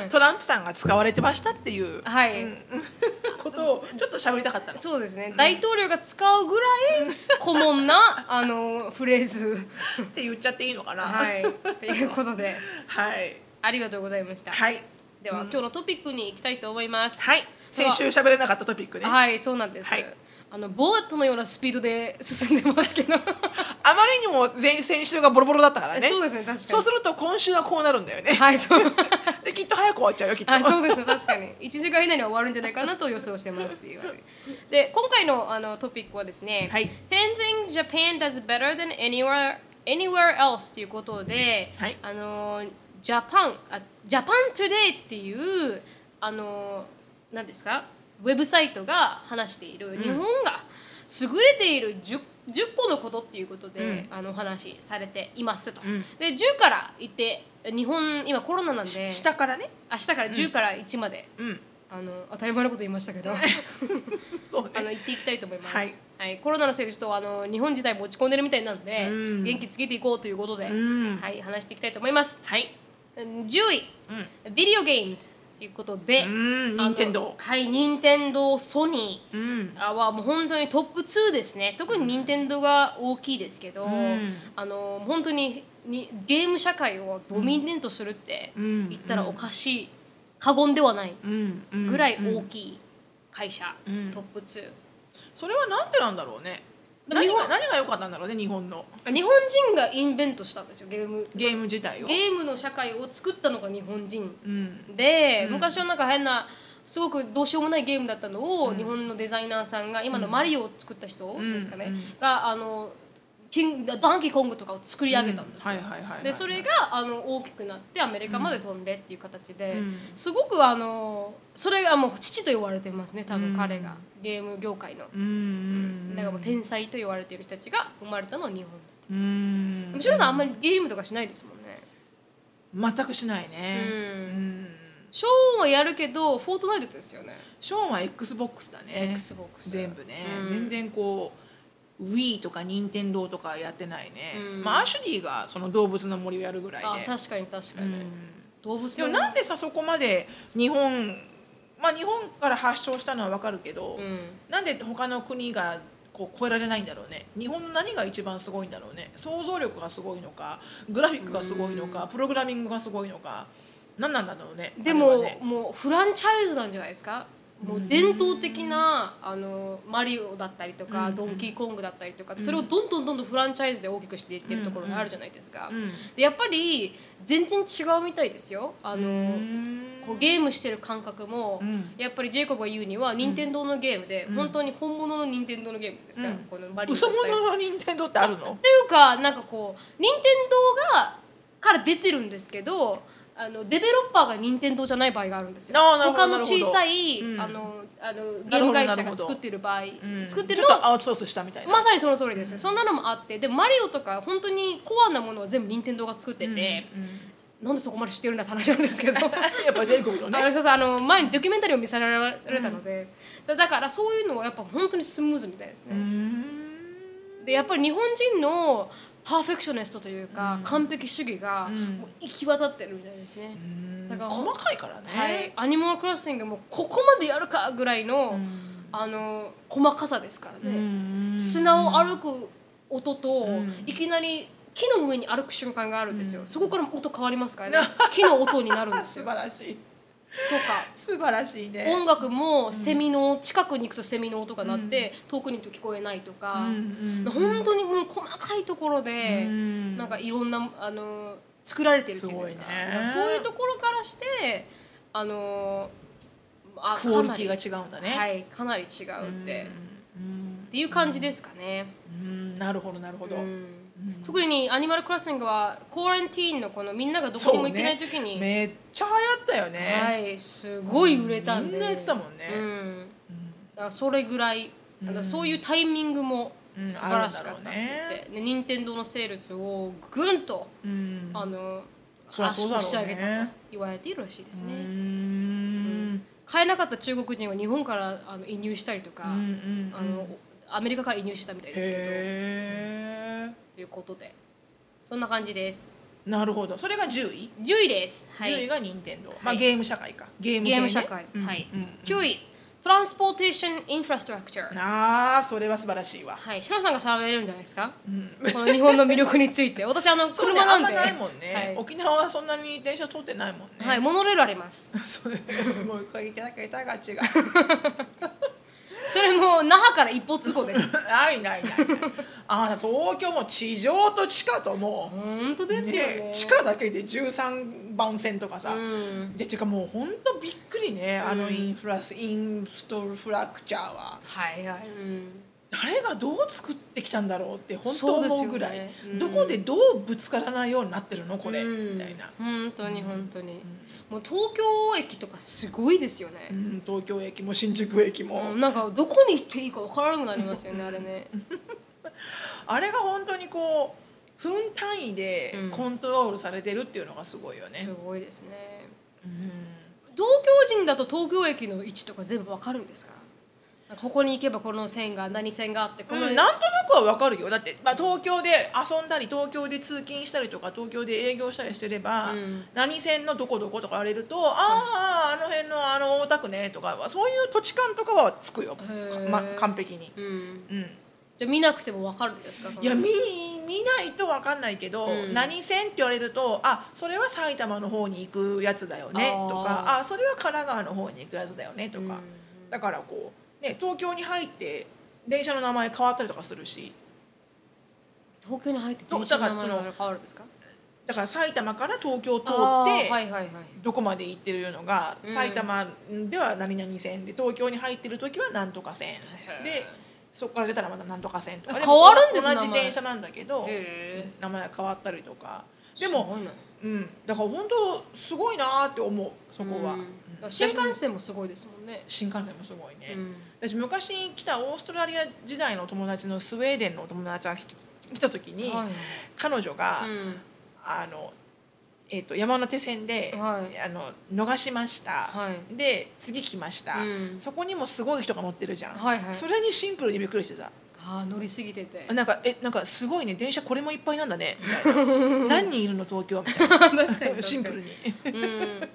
Speaker 2: に
Speaker 1: い
Speaker 2: トランプさんが使われてましたっていう、
Speaker 1: はい、
Speaker 2: うん ことをちょっと喋りたかったの
Speaker 1: そうですね、大統領が使うぐらい 古文なあのフレーズ
Speaker 2: って言っちゃっていいのかな
Speaker 1: はいっていうことで
Speaker 2: はい
Speaker 1: ありがとうございました、
Speaker 2: はい
Speaker 1: では、今日のトピックに行きたいと思います
Speaker 2: はい先週喋れなかったトピックねあ
Speaker 1: はいそうなんです、
Speaker 2: はい
Speaker 1: あのボレットのようなスピードで進んでます けど
Speaker 2: まりにも前先週がボロボロだったからね
Speaker 1: そうですね確かに
Speaker 2: そうすると今週はこうなるんだよね、
Speaker 1: はいそう
Speaker 2: できっと早く終わっちゃうよきっと
Speaker 1: はい、そうですね確かに1時 間以内には終わるんじゃないかなと予想してますっていうわけでで今回のあのトピックはですね「
Speaker 2: はい
Speaker 1: 10 things Japan does better than anywhere, anywhere else」ということで、
Speaker 2: はい
Speaker 1: あのジャパンあジャパントゥデイっていうあの何ですかウェブサイトが話している日本が優れている 10, 10個のことっていうことで、あのお話しされていますと、
Speaker 2: ん
Speaker 1: で10から言って日本今コロナなんで
Speaker 2: 下からね
Speaker 1: 明日から10から1まで、
Speaker 2: うん
Speaker 1: あの当たり前のこと言いましたけど あ
Speaker 2: そうね
Speaker 1: の言っていきたいと思います、
Speaker 2: は
Speaker 1: はいいコロナのせいでちょっとあの日本自体も落ち込んでるみたいなんで、
Speaker 2: うん
Speaker 1: 元気つけていこうということで、
Speaker 2: うん
Speaker 1: はい、話していきたいと思います
Speaker 2: はい
Speaker 1: うん10位、ビデオゲームズということで、
Speaker 2: うん
Speaker 1: あの
Speaker 2: 任天堂
Speaker 1: はい任天堂ソニー
Speaker 2: うん
Speaker 1: あはもう本当にトップ2ですね特に任天堂が大きいですけど、
Speaker 2: ん
Speaker 1: あの本当ににゲーム社会をドミネントするって
Speaker 2: うん
Speaker 1: 言ったらおかしい過言ではない
Speaker 2: うんうん
Speaker 1: ぐらい大きい会社、
Speaker 2: ん
Speaker 1: トップ2
Speaker 2: それはなんでなんだろうね何
Speaker 1: 日
Speaker 2: が
Speaker 1: 本
Speaker 2: 何が良かったんだろうね日本の
Speaker 1: 日本人がインベントしたんですよゲーム
Speaker 2: ゲーム自体を
Speaker 1: ゲームの社会を作ったのが日本人
Speaker 2: うん
Speaker 1: で、昔はなんか変なすごくどうしようもないゲームだったのを、日本のデザイナーさんが今のマリオを作った人ですかね、
Speaker 2: うんうん
Speaker 1: があのキングダンキーコングとかを作り上げたんですよ
Speaker 2: うんはいはいはいはいはい
Speaker 1: でそれがあの大きくなってアメリカまで飛んでっていう形で、
Speaker 2: うん
Speaker 1: すごくあのそれがもう父と言われてますね多
Speaker 2: うん
Speaker 1: 分彼が、ゲーム業界の、
Speaker 2: うんうん
Speaker 1: だからもう天才と言われている人たちが生まれたのは日本だと
Speaker 2: うん
Speaker 1: でもシロさんあんまりゲームとかしないですもんね
Speaker 2: 全くしないね
Speaker 1: うん
Speaker 2: ん
Speaker 1: ショーンはやるけどフォートナイトですよね
Speaker 2: ショーンは XBOX だね
Speaker 1: XBOX
Speaker 2: 全部ね、
Speaker 1: うん
Speaker 2: 全然こう Wii とか任天堂とかやってないね、
Speaker 1: うん
Speaker 2: まあアシュリーがその動物の森をやるぐらい
Speaker 1: あ
Speaker 2: で
Speaker 1: 確かに確か
Speaker 2: う
Speaker 1: に、
Speaker 2: ん
Speaker 1: 動物
Speaker 2: でもなんでさそこまで日本まあ日本から発祥したのはわかるけど、
Speaker 1: うん
Speaker 2: なんで他の国がこう超えられないんだろうね日本の何が一番すごいんだろうね想像力がすごいのかグラフィックがすごいのか、プログラミングがすごいのか何なんだろうね
Speaker 1: で
Speaker 2: あれ
Speaker 1: も、
Speaker 2: はね
Speaker 1: もうフランチャイズなんじゃないですかもう伝統的なあのマリオだったりとか、
Speaker 2: うん
Speaker 1: ドンキーコングだったりとか、それをどんどんどんどんフランチャイズで大きくしていってるところがあるじゃないですか、
Speaker 2: うん
Speaker 1: でやっぱり全然違うみたいですよあの、
Speaker 2: うん
Speaker 1: こうゲームしてる感覚も、
Speaker 2: うん
Speaker 1: やっぱりジェイコブが言うには任天堂のゲームで、
Speaker 2: ん
Speaker 1: 本当に本物の任天堂のゲームですから、
Speaker 2: うん
Speaker 1: このマリオだ
Speaker 2: 嘘
Speaker 1: ったりとか
Speaker 2: 物の任天堂ってあるの
Speaker 1: というかなんかこう任天堂がから出てるんですけどあのデベロッパーが任天堂じゃない場合があるんですよ
Speaker 2: あーなるほど
Speaker 1: 他の小さい、
Speaker 2: なるほどうん
Speaker 1: あのあの
Speaker 2: ど
Speaker 1: ゲーム会社
Speaker 2: なるほ
Speaker 1: が
Speaker 2: ど
Speaker 1: 作ってる場合、
Speaker 2: うん
Speaker 1: 作って
Speaker 2: ち
Speaker 1: る
Speaker 2: ょ
Speaker 1: の
Speaker 2: っとアウトソースしたみたいな、
Speaker 1: まさにその通りです、そんなのもあってでもマリオとか本当にコアなものは全部任天堂が作ってて、
Speaker 2: うん
Speaker 1: なんでそこまで知ってるんだって話なんですけど
Speaker 2: やっぱジェイコブの
Speaker 1: あの
Speaker 2: ね
Speaker 1: そうそうあの前にドキュメンタリーを見せられたので、だだからそういうのはやっぱ本当にスムーズみたいですね、でやっぱり日本人のパーフェクショネストというか、完璧主義が
Speaker 2: ん
Speaker 1: もう行き渡ってるみたいですね、だから
Speaker 2: 細かいからね、
Speaker 1: はい、アニマルクロッシングもここまでやるかぐらいの、あの細かさですからね、砂を歩く音と、いきなり木の上に歩く瞬間があるんですよ、そこからも音変わりますからね木の音になるんです
Speaker 2: 素
Speaker 1: よ
Speaker 2: 晴らしい
Speaker 1: とか
Speaker 2: 素晴らしいね
Speaker 1: 音楽もセミの近くに行くとセミの音が鳴って、遠くに行くと聞こえないとか、
Speaker 2: うんうん
Speaker 1: 本当にもう細かいところで、
Speaker 2: うん
Speaker 1: なんかいろんなあの作られてるっていうんですか
Speaker 2: すごいね
Speaker 1: なんかそういうところからしてあのあ
Speaker 2: クオリティが
Speaker 1: う
Speaker 2: 違うんだね、
Speaker 1: はい、かなり違うって、っていう感じですかね。
Speaker 2: うんなるほどなるほど、
Speaker 1: うん特にアニマルクロッシングはコーランティーンのこのみんながどこにも行けない時に、
Speaker 2: めっちゃ流行ったよね、
Speaker 1: はいすごい売れたんで
Speaker 2: みんな言ってたもんね
Speaker 1: うん、だからそれぐらい、なんかそういうタイミングも
Speaker 2: うん
Speaker 1: 素晴らしかったって言
Speaker 2: あ
Speaker 1: っ
Speaker 2: るんだ
Speaker 1: て、で任天堂のセールスをぐんと、
Speaker 2: うん
Speaker 1: あの
Speaker 2: そりゃ
Speaker 1: 圧
Speaker 2: そうだろ
Speaker 1: 縮
Speaker 2: うね
Speaker 1: してあげたと言われているらしいですね、
Speaker 2: うーん
Speaker 1: 買えなかった中国人は日本からあの移入したりとか、
Speaker 2: うんうんうん
Speaker 1: あのアメリカから移入してたみたいですけ
Speaker 2: へえ
Speaker 1: どということでそんな感じです
Speaker 2: なるほどそれが10位、
Speaker 1: 10位です、はい、
Speaker 2: 10位が任天堂、
Speaker 1: は
Speaker 2: まあ
Speaker 1: い
Speaker 2: ゲーム社会かゲーム,、
Speaker 1: ゲーム社会、
Speaker 2: うん
Speaker 1: はい、
Speaker 2: うんうん
Speaker 1: 9位トランスポーテーションインフラストラクチャー
Speaker 2: あーそれは素晴らしいわ、
Speaker 1: はいシロさんが喋れるんじゃないですか、
Speaker 2: うん、
Speaker 1: この日本の魅力について私あの
Speaker 2: それ
Speaker 1: 車
Speaker 2: あ
Speaker 1: なんん
Speaker 2: ま
Speaker 1: で
Speaker 2: ないもんね、
Speaker 1: はい
Speaker 2: 沖縄はそんなに電車通ってないもんね
Speaker 1: はい、モノレールあります
Speaker 2: それもう一回いただけたが違う
Speaker 1: それも那覇から一歩通行です
Speaker 2: ないないないないあなた東京も地上と地下ともう
Speaker 1: 本当ですよね
Speaker 2: ね地下だけで13番線とかさ、
Speaker 1: うん
Speaker 2: でてかもう本当びっくりねあのインフラス、インストフラクチャーは
Speaker 1: はいはい、うん
Speaker 2: 誰がどう作ってきたんだろうって本当
Speaker 1: そうですよ
Speaker 2: 思う
Speaker 1: ね
Speaker 2: ぐらい、
Speaker 1: うん
Speaker 2: どこでどうぶつからないようになってるのこれ、
Speaker 1: うん
Speaker 2: みたいな、
Speaker 1: 本当に本当に、もう東京駅とかすごいですよ
Speaker 2: う
Speaker 1: ね、
Speaker 2: ん、東京駅も新宿駅も、
Speaker 1: うんなんかどこに行っていいか分からなくなりますよねあれね
Speaker 2: あれが本当にこう分単位で
Speaker 1: うん
Speaker 2: コントロールされてるっていうのがすごいよね
Speaker 1: す、ごいですね
Speaker 2: うん
Speaker 1: 東京人だと東京駅の位置とか全部わかるんですかなんかここに行けばこの線が何線があってこの、
Speaker 2: うんなんとなくはわかるよだって、まあ、東京で遊んだり東京で通勤したりとか東京で営業したりしてれば、
Speaker 1: うん
Speaker 2: 何線のどこどことか言われると、あああの辺のあの大田区ねとかそういう土地勘とかはつくよ、
Speaker 1: へー
Speaker 2: ま、完璧に、
Speaker 1: うん
Speaker 2: うん、
Speaker 1: じゃあ見なくてもわかるんですか
Speaker 2: いや見見ないとわかんないけど、
Speaker 1: うん
Speaker 2: 何線って言われるとあそれは埼玉の方に行くやつだよね
Speaker 1: あー
Speaker 2: とかあそれは神奈川の方に行くやつだよねとか、だからこう、ね、東京に入って電車の名前変わったりとかするし
Speaker 1: 東京に入って
Speaker 2: ど
Speaker 1: 電車の名
Speaker 2: だか
Speaker 1: 前
Speaker 2: らその
Speaker 1: が変わるんですか
Speaker 2: だから埼玉から東京通っ
Speaker 1: あー
Speaker 2: て、
Speaker 1: はいはいはい
Speaker 2: どこまで行ってるのが、
Speaker 1: うん
Speaker 2: 埼玉では何々線で東京に入ってる時は何とか線でそこから出たらまた何とか線とか
Speaker 1: あ変わるんです
Speaker 2: も同じ
Speaker 1: 名前
Speaker 2: 電車なんだけど
Speaker 1: へ
Speaker 2: 名前が変わったりとか
Speaker 1: ー
Speaker 2: です
Speaker 1: ご
Speaker 2: も、
Speaker 1: いな
Speaker 2: うん、だから本当すごいなーって思うそこは、
Speaker 1: うん
Speaker 2: うん
Speaker 1: だから新幹線もすごいですもんね、
Speaker 2: 新幹線もすごいね、
Speaker 1: うん
Speaker 2: 私昔来たオーストラリア時代の友達のスウェーデンのお友達が来た時に、
Speaker 1: はい
Speaker 2: 彼女が、
Speaker 1: うん
Speaker 2: あの、えっと山手線で、
Speaker 1: はい
Speaker 2: あの逃しました、
Speaker 1: はい
Speaker 2: で次来ました、
Speaker 1: うん
Speaker 2: そこにもすごい人が乗ってるじゃん、
Speaker 1: はいはい
Speaker 2: それにシンプルにびっくりしてさ
Speaker 1: あー乗りすぎてて
Speaker 2: なんかえなんかすごいね電車これもいっぱいなんだねみた いな何人いるの東京みたいな
Speaker 1: 確かに確 かに
Speaker 2: シンプルに
Speaker 1: うん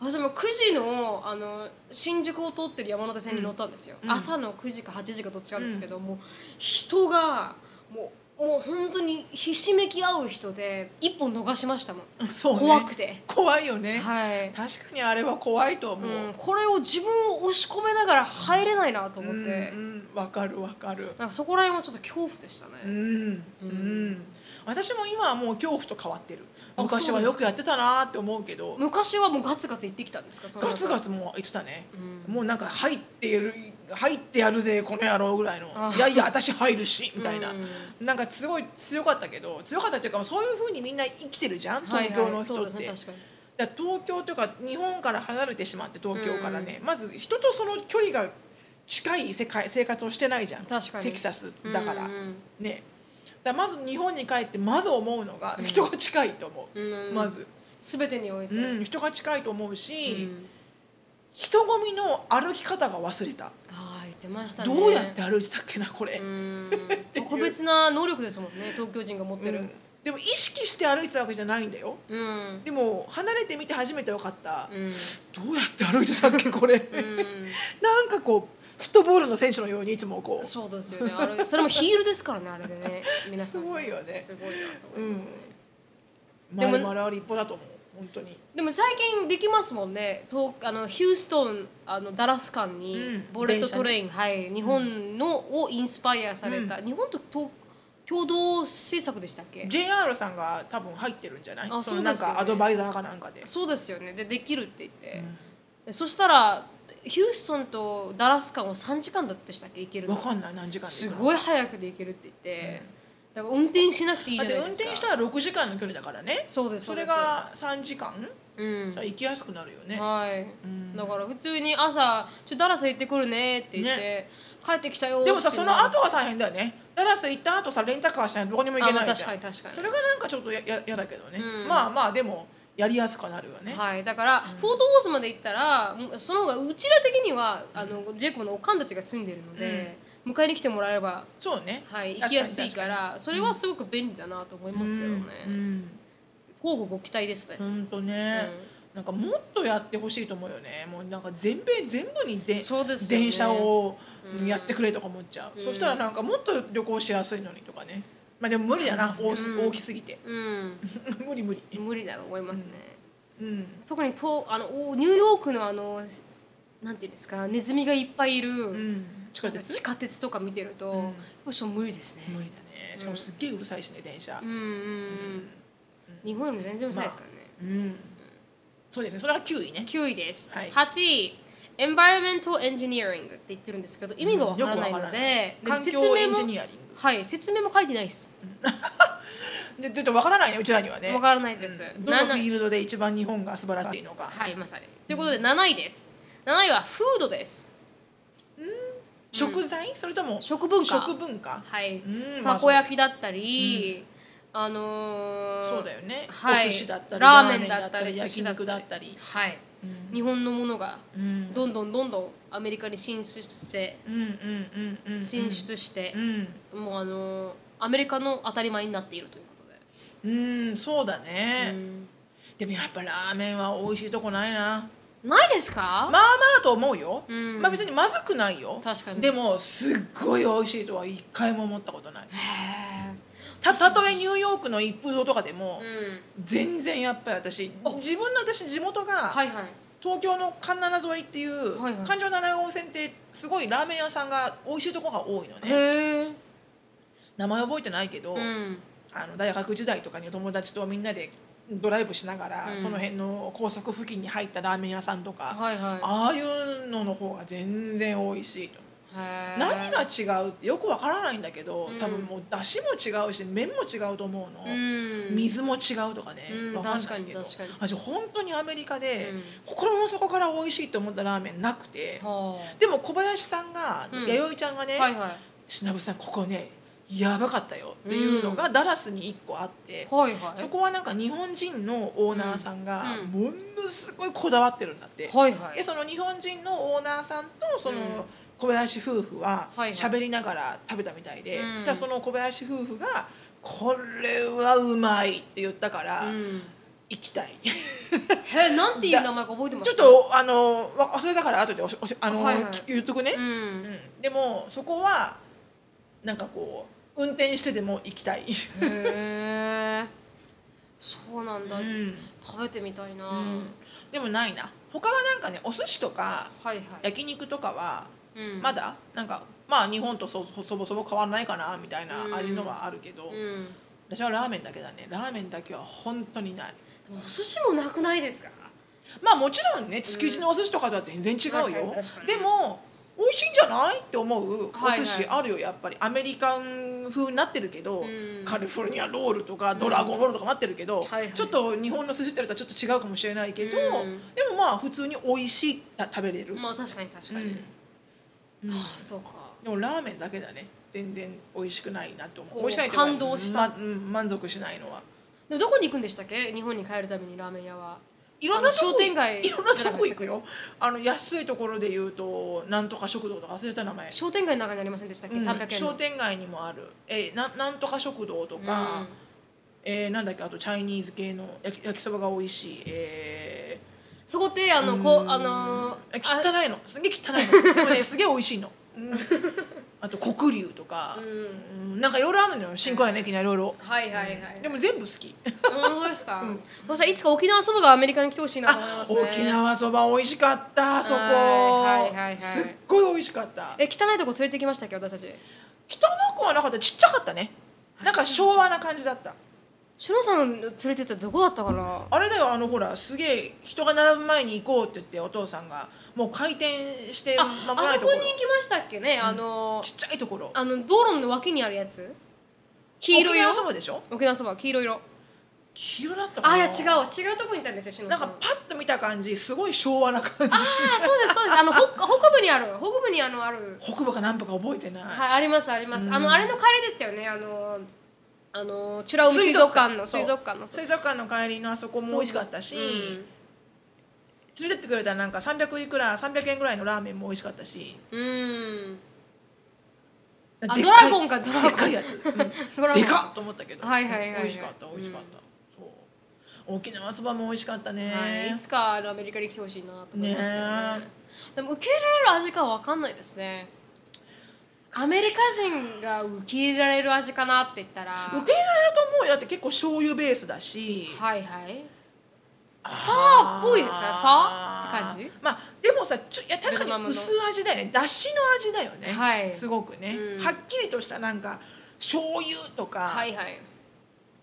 Speaker 1: 私も9時のあの新宿を通ってる山手線に乗ったんですよ、
Speaker 2: うん
Speaker 1: 朝の9時か8時かどっちかですけど、もう人がもうもう本当にひしめき合う人で一本逃しましたもん、
Speaker 2: そうね
Speaker 1: 怖くて
Speaker 2: 怖いよね、
Speaker 1: はい、
Speaker 2: 確かにあれは怖いと思う、
Speaker 1: うん、これを自分を押し込めながら入れないなと思って、
Speaker 2: うんうんわかるわかる
Speaker 1: なんかそこら辺はちょっと恐怖でしたね、
Speaker 2: うん、う
Speaker 1: うん
Speaker 2: ん、私も今はもう恐怖と変わってる
Speaker 1: あ
Speaker 2: 昔
Speaker 1: そう
Speaker 2: は
Speaker 1: ですか
Speaker 2: よくやってたなーって思うけど
Speaker 1: 昔はもうガツガツ行ってきたんですかその
Speaker 2: ガツガ
Speaker 1: ツ
Speaker 2: ツもう言ってたね、
Speaker 1: うん
Speaker 2: もうなんか入ってやる入ってやるぜこの野郎ぐらいの
Speaker 1: あ
Speaker 2: いやいや私入るしみたいな、
Speaker 1: う
Speaker 2: なんかすごい強かったけど強かったっていうかそういう風にみんな生きてるじゃん東京の人って、
Speaker 1: はいはい、そうですね確かに
Speaker 2: だから東京というか日本から離れてしまって東京からね、まず人とその距離が近い世界生活をしてないじゃん
Speaker 1: 確かに
Speaker 2: テキサスだから、
Speaker 1: うんうん
Speaker 2: ねだからまず日本に帰ってまず思うのが人が近いと思う、
Speaker 1: うん
Speaker 2: まず、
Speaker 1: 全てにおいて、
Speaker 2: うん、人が近いと思う
Speaker 1: う
Speaker 2: し、
Speaker 1: ん
Speaker 2: 人混みの歩き方が忘れた、
Speaker 1: ああ言ってましたね
Speaker 2: どうやって歩いてたっけなこれ、
Speaker 1: うん特別な能力ですもんね東京人が持って
Speaker 2: う
Speaker 1: る
Speaker 2: んでも意識して歩いてたわけじゃないんだよ
Speaker 1: うん、うん
Speaker 2: でも離れてみて初めて分かった、どうやって歩いてたっけこれ、
Speaker 1: う
Speaker 2: なんかこうフットボールの選手のようにいつもこ
Speaker 1: ん、
Speaker 2: う
Speaker 1: そうですよねあれそれもヒールですからねあれでね皆さん
Speaker 2: すごいよね
Speaker 1: すごいなと思いますね、
Speaker 2: 丸々一歩だと思う本当に
Speaker 1: でも最近できますもんね東あのヒューストンあのダラス間
Speaker 2: う
Speaker 1: に
Speaker 2: ん
Speaker 1: ボレットトレイン、はい、日本のをインスパイアされた、日本とと共同制作でしたっけ
Speaker 2: JR さんが多分入ってるんじゃない
Speaker 1: あ
Speaker 2: の
Speaker 1: そうですよね
Speaker 2: なんかアドバイザーかなんかで
Speaker 1: そうですよねでできるって言って、でそしたらヒューストンとダラス間を3時間だってしたっけ行けるの
Speaker 2: わかんない何時間
Speaker 1: す
Speaker 2: い
Speaker 1: ごい早くで行けるって言って、だから運転しなくていいじ
Speaker 2: だ
Speaker 1: ゃ
Speaker 2: っ
Speaker 1: な
Speaker 2: て
Speaker 1: い
Speaker 2: 運
Speaker 1: ですか
Speaker 2: 転したら6時間の距離だからね
Speaker 1: そうです
Speaker 2: そうれ
Speaker 1: です
Speaker 2: が3時間
Speaker 1: うん
Speaker 2: じゃあ行きやすくなるよね、
Speaker 1: はい、
Speaker 2: ん
Speaker 1: だから普通に朝「ちょっとダラス行ってくるね」って言って、
Speaker 2: ね
Speaker 1: 帰ってきたよ
Speaker 2: でもさその
Speaker 1: あ
Speaker 2: 後が大変だよねダラス行った後さレンタカーしないとどこにも行けないじゃん、
Speaker 1: あまあ確かに確かに
Speaker 2: それがなんかちょっとやややだけどね、
Speaker 1: うん
Speaker 2: まあまあでもやりやすくなるよね、
Speaker 1: はい、だから、フォートウォースまで行ったらもうその方がうちら的にはあのジェイコブのおかんたちが住んでるので、迎えに来てもらえれば、
Speaker 2: そうね
Speaker 1: はい、行きやすいからそれはすごく便利だなと思いますけどね、交互ご期待ですね、
Speaker 2: 本当ね、なんかもっとやってほしいと思うよねもうなんか全米全部にで
Speaker 1: そうですよね
Speaker 2: 電車を
Speaker 1: うん
Speaker 2: やってくれとか思っちゃう、
Speaker 1: うん
Speaker 2: そしたらなんかもっと旅行しやすいのにとかねまあでも無理だな、大す
Speaker 1: うん
Speaker 2: 大きすぎて
Speaker 1: うん、
Speaker 2: 無理無理
Speaker 1: 無理だと思いますね、
Speaker 2: うん
Speaker 1: 特にとあのおニューヨークのあのなんていうんですかネズミがいっぱいいる、
Speaker 2: うん地下
Speaker 1: 地
Speaker 2: 鉄
Speaker 1: 下鉄とか見てると、
Speaker 2: ん
Speaker 1: やっぱちょっと無理ですね。
Speaker 2: 無理だねしかもすっげえうるさいしね電車
Speaker 1: うんうんうん。日本よりも全然うるさいですからね。
Speaker 2: うんそうですねそれは9位ね
Speaker 1: 9位です。
Speaker 2: はい
Speaker 1: 8位。エンバイメントエンジニアリングって言ってるんですけど意味がわからないので、
Speaker 2: よくわからない
Speaker 1: で
Speaker 2: 環境エンジニ
Speaker 1: も
Speaker 2: アリン
Speaker 1: はい説明も書いてないです。
Speaker 2: グでちょっとわからないねうちらにはね
Speaker 1: わからないです。
Speaker 2: うんどの
Speaker 1: な
Speaker 2: フ
Speaker 1: な
Speaker 2: ィールドで一番日本が素晴らしいのか
Speaker 1: はいまさに。ということで7位です。7位はフードです。
Speaker 2: 食材それとも
Speaker 1: 食文化
Speaker 2: 食文化
Speaker 1: はい
Speaker 2: うん。まあ
Speaker 1: たこ焼きだったり、あのー
Speaker 2: そうだよね、
Speaker 1: はい
Speaker 2: お寿司だったり
Speaker 1: ラーメンだったり
Speaker 2: ラーメンだ
Speaker 1: 寿
Speaker 2: 焼
Speaker 1: 司だった
Speaker 2: 肉
Speaker 1: り
Speaker 2: だったり、
Speaker 1: はい。
Speaker 2: うん
Speaker 1: 日本のものが
Speaker 2: うん
Speaker 1: どんどんどんどんアメリカに進出して
Speaker 2: うんうんうんうん
Speaker 1: 進出して
Speaker 2: う、ん、
Speaker 1: もうあのーアメリカの当たり前になっているということで、
Speaker 2: うん、そうだね、
Speaker 1: うん
Speaker 2: でもやっぱラーメンは美味しいとこないな
Speaker 1: ないですか、
Speaker 2: まあまあと思うよ、
Speaker 1: うん
Speaker 2: まあ別にまずくないよ
Speaker 1: 確かに
Speaker 2: でもすっごい美味しいとは一回も思ったことない
Speaker 1: へ
Speaker 2: たたとえニューヨークの一風堂とかでも
Speaker 1: ー、うん、
Speaker 2: 全然やっぱり私
Speaker 1: あ
Speaker 2: 自分の私地元が、
Speaker 1: はいはい
Speaker 2: 東京の環七沿いっていう
Speaker 1: はいはい
Speaker 2: 環状7号線ってすごいラーメン屋さんが美味しいとこが多いのね
Speaker 1: へえ
Speaker 2: 名前覚えてないけど、
Speaker 1: うん
Speaker 2: あの大学時代とかにお友達とみんなでドライブしながら、
Speaker 1: うん
Speaker 2: その辺の高速付近に入ったラーメン屋さんとか、
Speaker 1: はいは
Speaker 2: ああいうのの方が全然美味しいと
Speaker 1: いへー
Speaker 2: 何が違うってよくわからないんだけど、
Speaker 1: うん
Speaker 2: 多分もう出汁も違うし麺も違うと思うの、
Speaker 1: うん
Speaker 2: 水も違うとかね、
Speaker 1: うん
Speaker 2: わかんないけど
Speaker 1: 確かに確
Speaker 2: 私本当にアメリカで、
Speaker 1: うん
Speaker 2: 心の底から美味しいと思ったラーメンなくて、
Speaker 1: はあ
Speaker 2: でも小林さんが、
Speaker 1: うん
Speaker 2: 弥生ちゃんがね、
Speaker 1: はいはい
Speaker 2: しなぶさんここねやばかったよっていうのがダラスに1個あって、
Speaker 1: はいはい
Speaker 2: そこはなんか日本人のオーナーさんが
Speaker 1: うん
Speaker 2: ものすごいこだわってるんだって、
Speaker 1: はいはい
Speaker 2: でその日本人のオーナーさんとその
Speaker 1: うん
Speaker 2: 小林夫婦は
Speaker 1: はいはい
Speaker 2: 喋りながら食べたみたいで、
Speaker 1: うん
Speaker 2: そしたらその小林夫婦が「これはうまい」って言ったから
Speaker 1: うん、
Speaker 2: 行きたい。
Speaker 1: へなんていう名前か覚えてま
Speaker 2: ちょ
Speaker 1: す
Speaker 2: っとあのわそれだから後でおしおしあの、
Speaker 1: はいはい
Speaker 2: き言っとくね、
Speaker 1: う、
Speaker 2: うんんでもそこはなんかこう運転してでも行きたい、
Speaker 1: へえそうなんだ、
Speaker 2: うん
Speaker 1: 食べてみたいな、
Speaker 2: でもないな他はなんかねお寿司とか
Speaker 1: はいはい、
Speaker 2: 焼肉とかは
Speaker 1: うん、
Speaker 2: まだなんかまあ日本とそそぼそぼ変わらないかなみたいな味のはあるけど、
Speaker 1: うん
Speaker 2: 私はラーメンだけだねラーメンだけは本当にない
Speaker 1: お寿司もなくないですか
Speaker 2: まあもちろんね築地のお寿司とかとは全然違うよ、
Speaker 1: 確かに確かに
Speaker 2: でも美味しいんじゃないって思うお
Speaker 1: はいはい
Speaker 2: 寿司あるよやっぱりアメリカン風になってるけど、
Speaker 1: ん
Speaker 2: カリフォルニアロールとかドラゴンロールとかなってるけど、
Speaker 1: はいはい
Speaker 2: ちょっと日本の寿司ってのとはちょっと違うかもしれないけど、
Speaker 1: うん
Speaker 2: でもまあ普通に美味しいた食べれる、
Speaker 1: まあ確かに確かに、ああそうか
Speaker 2: でもラーメンだけだね全然美味しくないなと思う
Speaker 1: こう
Speaker 2: 美味しくないというか
Speaker 1: 感動した
Speaker 2: まうん満足しないのは
Speaker 1: でもどこに行くんでしたっけ日本に帰るためにラーメン屋はい
Speaker 2: ろんなとこ
Speaker 1: あの商店街
Speaker 2: いろんなとこ行くよあの安いところで言うとなんとか食堂とか忘れた名前
Speaker 1: 商店街の中にありませんでしたっけ、
Speaker 2: うん
Speaker 1: 300円の
Speaker 2: 商店街にもあるえーななんとか食堂とか、
Speaker 1: うん
Speaker 2: えーなんだっけあとチャイニーズ系の焼き焼きそばが美味しい、え
Speaker 1: そこってあのこうあのー
Speaker 2: ー、え汚いのすげえ汚いのでもねすげえ美味しいの、うんあと黒龍とか、うんなんかいろいろあるのよ新婚やねきないろいろ
Speaker 1: はいはいはい
Speaker 2: でも全部好き
Speaker 1: 本当ですか、私はいつか沖縄そばがアメリカに来てほしいなと思い
Speaker 2: あ
Speaker 1: ますね
Speaker 2: 沖縄そば美味しかったあそこ、
Speaker 1: はいはいはいはい
Speaker 2: すっごい美味しかった
Speaker 1: え汚いとこ連れてきましたっけ私たち
Speaker 2: 汚くはなかったちっちゃかったねなんか昭和な感じだった
Speaker 1: しのさん連れてったどこだったかな
Speaker 2: あれだよあのほらすげえ人が並ぶ前に行こうって言ってお父さんがもう回転して
Speaker 1: あ
Speaker 2: 間もな
Speaker 1: あそ
Speaker 2: いとこ
Speaker 1: こ
Speaker 2: ろ
Speaker 1: に行きましたっけね、あの
Speaker 2: ちっちゃいところ
Speaker 1: あの道路の脇にあるやつ黄色い
Speaker 2: 沖
Speaker 1: 色
Speaker 2: 縄そばでしょ
Speaker 1: 沖縄そば黄色い色
Speaker 2: 黄色だったかな
Speaker 1: あいや違うわ違うとこに行ったんですよしの
Speaker 2: な
Speaker 1: さ
Speaker 2: ん
Speaker 1: ん
Speaker 2: かパッと見た感じすごい昭和な感じ
Speaker 1: ああそうですそうですあのほ北部にある北部にあのある
Speaker 2: 北部か南部か覚えてない、
Speaker 1: はい、ありますあります。あのあれの帰りでしたよね。あのあのチュラウム水族館の
Speaker 2: そう
Speaker 1: 水族館の
Speaker 2: 水族館の帰りのあそこも美味しかったし、連れてってくれたなんか300いくら300円ぐらいのラーメンも美味しかったし
Speaker 1: うん。うん
Speaker 2: でっ
Speaker 1: あ
Speaker 2: かい
Speaker 1: ドラゴンかドラゴン
Speaker 2: でっかいやつ、う
Speaker 1: ド
Speaker 2: ん
Speaker 1: ラゴン
Speaker 2: でかっと思ったけど、
Speaker 1: はいはいはいはい
Speaker 2: 美味しかった美味しかった、そう沖縄そばも美味しかったね、
Speaker 1: はい、いつかあのアメリカに来てほしいなと思いますけどね
Speaker 2: ね
Speaker 1: でも受け入れられる味かわかんないですねアメリカ人が受け入れられる味かなって言ったら
Speaker 2: 受け入れられると思うよだって結構醤油ベースだし
Speaker 1: はいはい
Speaker 2: フ
Speaker 1: ァーっぽいですかねファーって感じ
Speaker 2: まあでもさちょいや確
Speaker 1: ベトナ
Speaker 2: か
Speaker 1: ム
Speaker 2: に
Speaker 1: の
Speaker 2: 薄味だよねだしの味だよね、
Speaker 1: はい
Speaker 2: すごくね、
Speaker 1: うん
Speaker 2: はっきりとしたなんか醤油とか、
Speaker 1: はいはい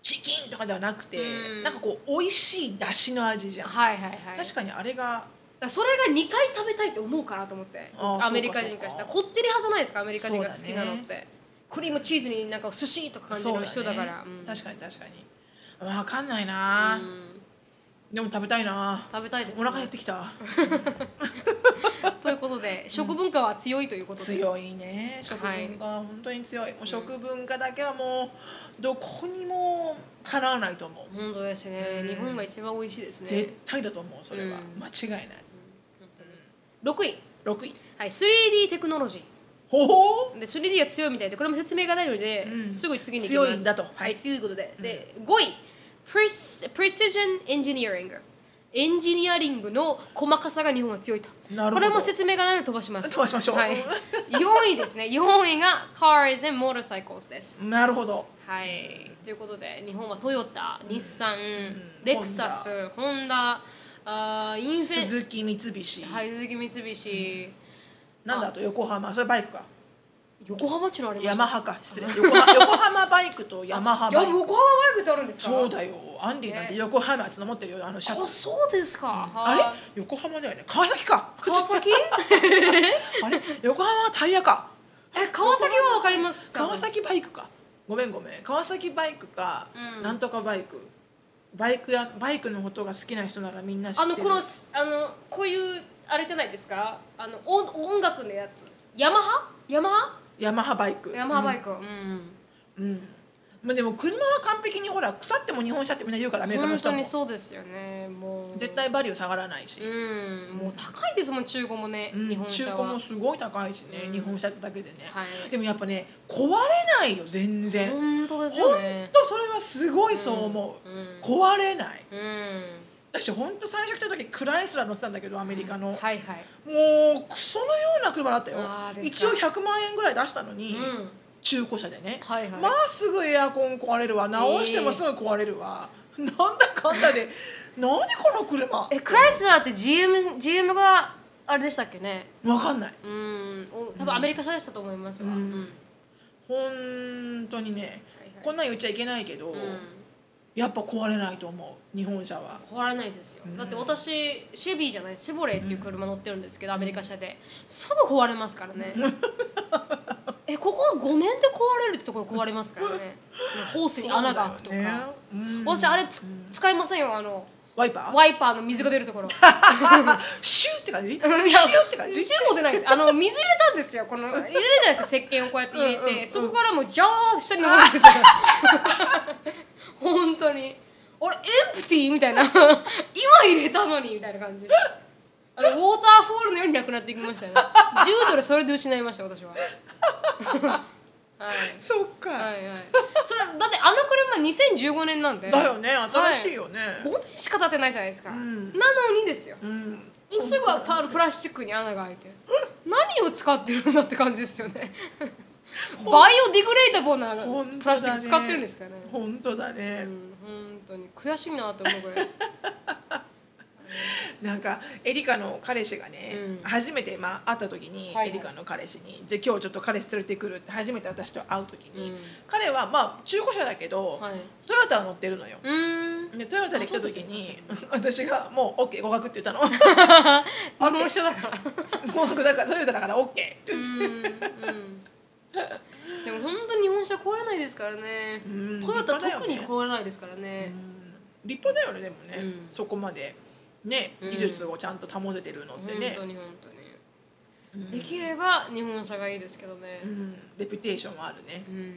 Speaker 2: チキンとかではなくて、
Speaker 1: うん
Speaker 2: なんかこう美味しいだしの味じゃん、
Speaker 1: はいはいはい
Speaker 2: 確かにあれが
Speaker 1: だからそれが2回食べたいって思うかなと思って
Speaker 2: あー
Speaker 1: アメリカ人からしたら
Speaker 2: そ
Speaker 1: こってり派じゃないですかアメリカ人が好
Speaker 2: そう
Speaker 1: きな
Speaker 2: だね
Speaker 1: のって、クリームチーズになんか寿司とか感じの人だから
Speaker 2: そう
Speaker 1: う
Speaker 2: ね
Speaker 1: ん
Speaker 2: 確かに確かにわかんないな
Speaker 1: う、ん
Speaker 2: でも食べたいな
Speaker 1: 食べたいです、
Speaker 2: お 腹減ってきた
Speaker 1: ということで食文化は強いということで
Speaker 2: 強いね食文化は本当に強い、もう食文化だけはもうどこにもかなわないと思う、
Speaker 1: 本当ですね、
Speaker 2: うん
Speaker 1: 日本が一番美味しいですね
Speaker 2: 絶対だと思うそれは、
Speaker 1: うん
Speaker 2: 間違いない
Speaker 1: 6位、
Speaker 2: 6位
Speaker 1: はい、3D テクノロジ
Speaker 2: ほほ
Speaker 1: ーで 3D は強いみたいでこれも説明がないので、
Speaker 2: うん
Speaker 1: すごい次に行きま
Speaker 2: 強
Speaker 1: す
Speaker 2: いんだと
Speaker 1: はい、強いことで。で、5位、Prec- Precision Engineering。エンジニアリングの細かさが日本は強いと。
Speaker 2: なるほど
Speaker 1: これも説明がないので飛ばします。
Speaker 2: 飛ばしましょう
Speaker 1: はい、4位ですね。4位が Cars and Motorcycles です。
Speaker 2: なるほど
Speaker 1: はい。ということで、日本はトヨタ、日産、
Speaker 2: ん
Speaker 1: レクサス、ホンダ、あーインフェ
Speaker 2: 鈴木三菱、
Speaker 1: はい、鈴木三菱、
Speaker 2: なんだあと横浜それバイクか
Speaker 1: 横浜地のありました
Speaker 2: ヤマハか失礼横浜横浜バイクとヤマハ
Speaker 1: いや
Speaker 2: バイ
Speaker 1: 横浜
Speaker 2: ク
Speaker 1: バイクってあるんですか
Speaker 2: そうだよアンディなんて
Speaker 1: ね
Speaker 2: 横浜やつの持ってるよあのシャ
Speaker 1: あ、
Speaker 2: ツ
Speaker 1: そうですか。
Speaker 2: あ
Speaker 1: はい
Speaker 2: れ横浜ではね川崎か
Speaker 1: 川崎
Speaker 2: あれ横浜はタイヤか
Speaker 1: え川崎はわかりますか
Speaker 2: 川崎バイクかごめんごめん川崎バイクか、
Speaker 1: うん
Speaker 2: なんとかバイクバイクやバイクのことが好きな人ならみんな知って
Speaker 1: あ
Speaker 2: る
Speaker 1: のこのあのこういうあれじゃないですかあの音音楽のやつヤマハヤマハ
Speaker 2: ヤマハバイク
Speaker 1: ヤマハバイクうん、
Speaker 2: うん、まあ、でも車は完璧にほら腐っても日本車ってみんな言うからアメリカの
Speaker 1: 本
Speaker 2: 人
Speaker 1: 当
Speaker 2: も
Speaker 1: にそうですよねもう
Speaker 2: 絶対バリュー下がらないし
Speaker 1: う、んもう高いですもん中古もね、
Speaker 2: うん
Speaker 1: 日本
Speaker 2: 中
Speaker 1: 車は
Speaker 2: 古もすごい高いしね、
Speaker 1: うん
Speaker 2: 日本車だけでね、
Speaker 1: はい
Speaker 2: でもやっぱね壊れないよ全然、ほん
Speaker 1: 本当です
Speaker 2: と
Speaker 1: よね
Speaker 2: それはすごいそう思う、
Speaker 1: うん
Speaker 2: 壊れない
Speaker 1: うん
Speaker 2: 私ほんと最初来た時クライスラー乗ってたんだけどアメリカの、
Speaker 1: はいはい
Speaker 2: もうそのような車だったよ
Speaker 1: あーです
Speaker 2: 一
Speaker 1: か
Speaker 2: 応100万円ぐらい出したのに、
Speaker 1: うん
Speaker 2: 中古車でね、
Speaker 1: はいはい
Speaker 2: まあすぐエアコン壊れるわ直してもすぐ壊れるわ、 なんだかんだで 何この車
Speaker 1: えクライスラーって GM, GM があれでしたっけね
Speaker 2: わかんない
Speaker 1: うんお多分アメリカ車でしたと思いますわ、
Speaker 2: うん
Speaker 1: うん
Speaker 2: 本当にね、
Speaker 1: はいはい
Speaker 2: こんなん言っちゃいけないけど、
Speaker 1: うん
Speaker 2: やっぱ壊れないと思う日本車は
Speaker 1: 壊れないですよ、だって私シェビーじゃないシェボレーっていう車乗ってるんですけど、アメリカ車ですぐ壊れますからね えここ5年で壊れるってところ壊れますからねねホースに穴が開くとか、
Speaker 2: そうだよねうん
Speaker 1: 私あれつ、使いませんよあの
Speaker 2: ワイパー
Speaker 1: ワイパーの水が出るところ
Speaker 2: シューって感じシ
Speaker 1: い
Speaker 2: ューって感じ
Speaker 1: 水も出ないですあの水入れたんですよこの入れるじゃないですか石鹸をこうやって入れて、そこからもうジャーッ下に流れてた本当に俺エンプティーみたいな今入れたのにみたいな感じあのウォーターフォールのようになくなっていきましたね10ドルそれで失いました私ははい
Speaker 2: そっか、
Speaker 1: はいはいそれだってあの車2015年なんで
Speaker 2: だよね新しいよね、
Speaker 1: 5年しか経ってないじゃないですか、
Speaker 2: ん
Speaker 1: なのにですよ、
Speaker 2: うん
Speaker 1: すぐはパンプラスチックに穴が開いて何を使ってるんだって感じですよねバイオディグレーダブルな
Speaker 2: 本当だね
Speaker 1: プラスチック使ってるんですかね
Speaker 2: 本当だね、
Speaker 1: うん本当に悔しいなと思うぐらい
Speaker 2: なんかエリカの彼氏がね、
Speaker 1: うん
Speaker 2: 初めて、まあ、会った時に、
Speaker 1: はいはい
Speaker 2: エリカの彼氏に「じゃあ今日ちょっと彼氏連れてくる」って初めて私と会う時に、
Speaker 1: うん
Speaker 2: 彼はまあ中古車だけど、
Speaker 1: はい
Speaker 2: トヨタ乗ってるのよ。
Speaker 1: うーん
Speaker 2: でトヨタで来た時に
Speaker 1: あ
Speaker 2: 私がもう OK 合格って言っ たの
Speaker 1: 僕も一緒だから
Speaker 2: 合格だからトヨタだから OK
Speaker 1: うんうんでも本当に日本車壊れないですからね
Speaker 2: うん
Speaker 1: トヨタ
Speaker 2: 立派だよね
Speaker 1: 特に壊れないですからね
Speaker 2: 立派だよねでもね、
Speaker 1: うん
Speaker 2: そこまでね
Speaker 1: うん
Speaker 2: 技術をちゃんと保ててるのっ
Speaker 1: 本
Speaker 2: てね
Speaker 1: 当、に本当
Speaker 2: うん
Speaker 1: にできれば日本車がいいですけどね
Speaker 2: うん、レピュテーションはあるね
Speaker 1: う、ん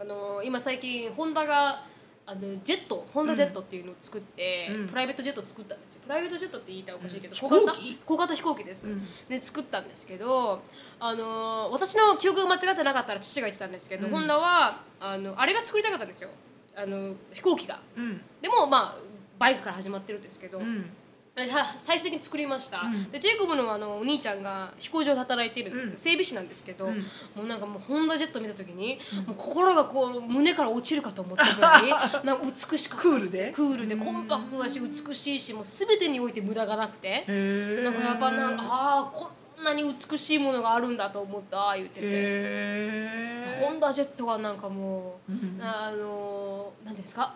Speaker 1: あの今最近ホンダがあのジェットホンダジェットっていうのを作って、
Speaker 2: うん
Speaker 1: プライベートジェットを作ったんですよプライベートジェットって言いたらおかしいけど、
Speaker 2: うん
Speaker 1: 小型
Speaker 2: 飛行機
Speaker 1: 小型飛行機です、
Speaker 2: うん
Speaker 1: で作ったんですけどあの私の記憶が間違ってなかったら父が言ってたんですけど、
Speaker 2: うん
Speaker 1: ホンダはあのあれが作りたかったんですよあの飛行機が
Speaker 2: うん
Speaker 1: でもまあバイクから始まってるんですけど、
Speaker 2: うん
Speaker 1: は最終的に作りました、
Speaker 2: うん
Speaker 1: でジェイコブのあのお兄ちゃんが飛行場で働いてる、
Speaker 2: うん
Speaker 1: 整備士なんですけど、
Speaker 2: うん
Speaker 1: もうなんかもうホンダジェット見た時に、もう心がこう胸から落ちるかと思ったぐら いなんか美しかった
Speaker 2: クールで
Speaker 1: クールでコンパクトだし美しいしもう全てにおいて無駄がなくて
Speaker 2: へ
Speaker 1: なんかやっぱなんか
Speaker 2: か
Speaker 1: ああこんなに美しいものがあるんだと思った言ってて。
Speaker 2: へえ
Speaker 1: ホンダジェットがなんかもう、
Speaker 2: うん
Speaker 1: あの何ですか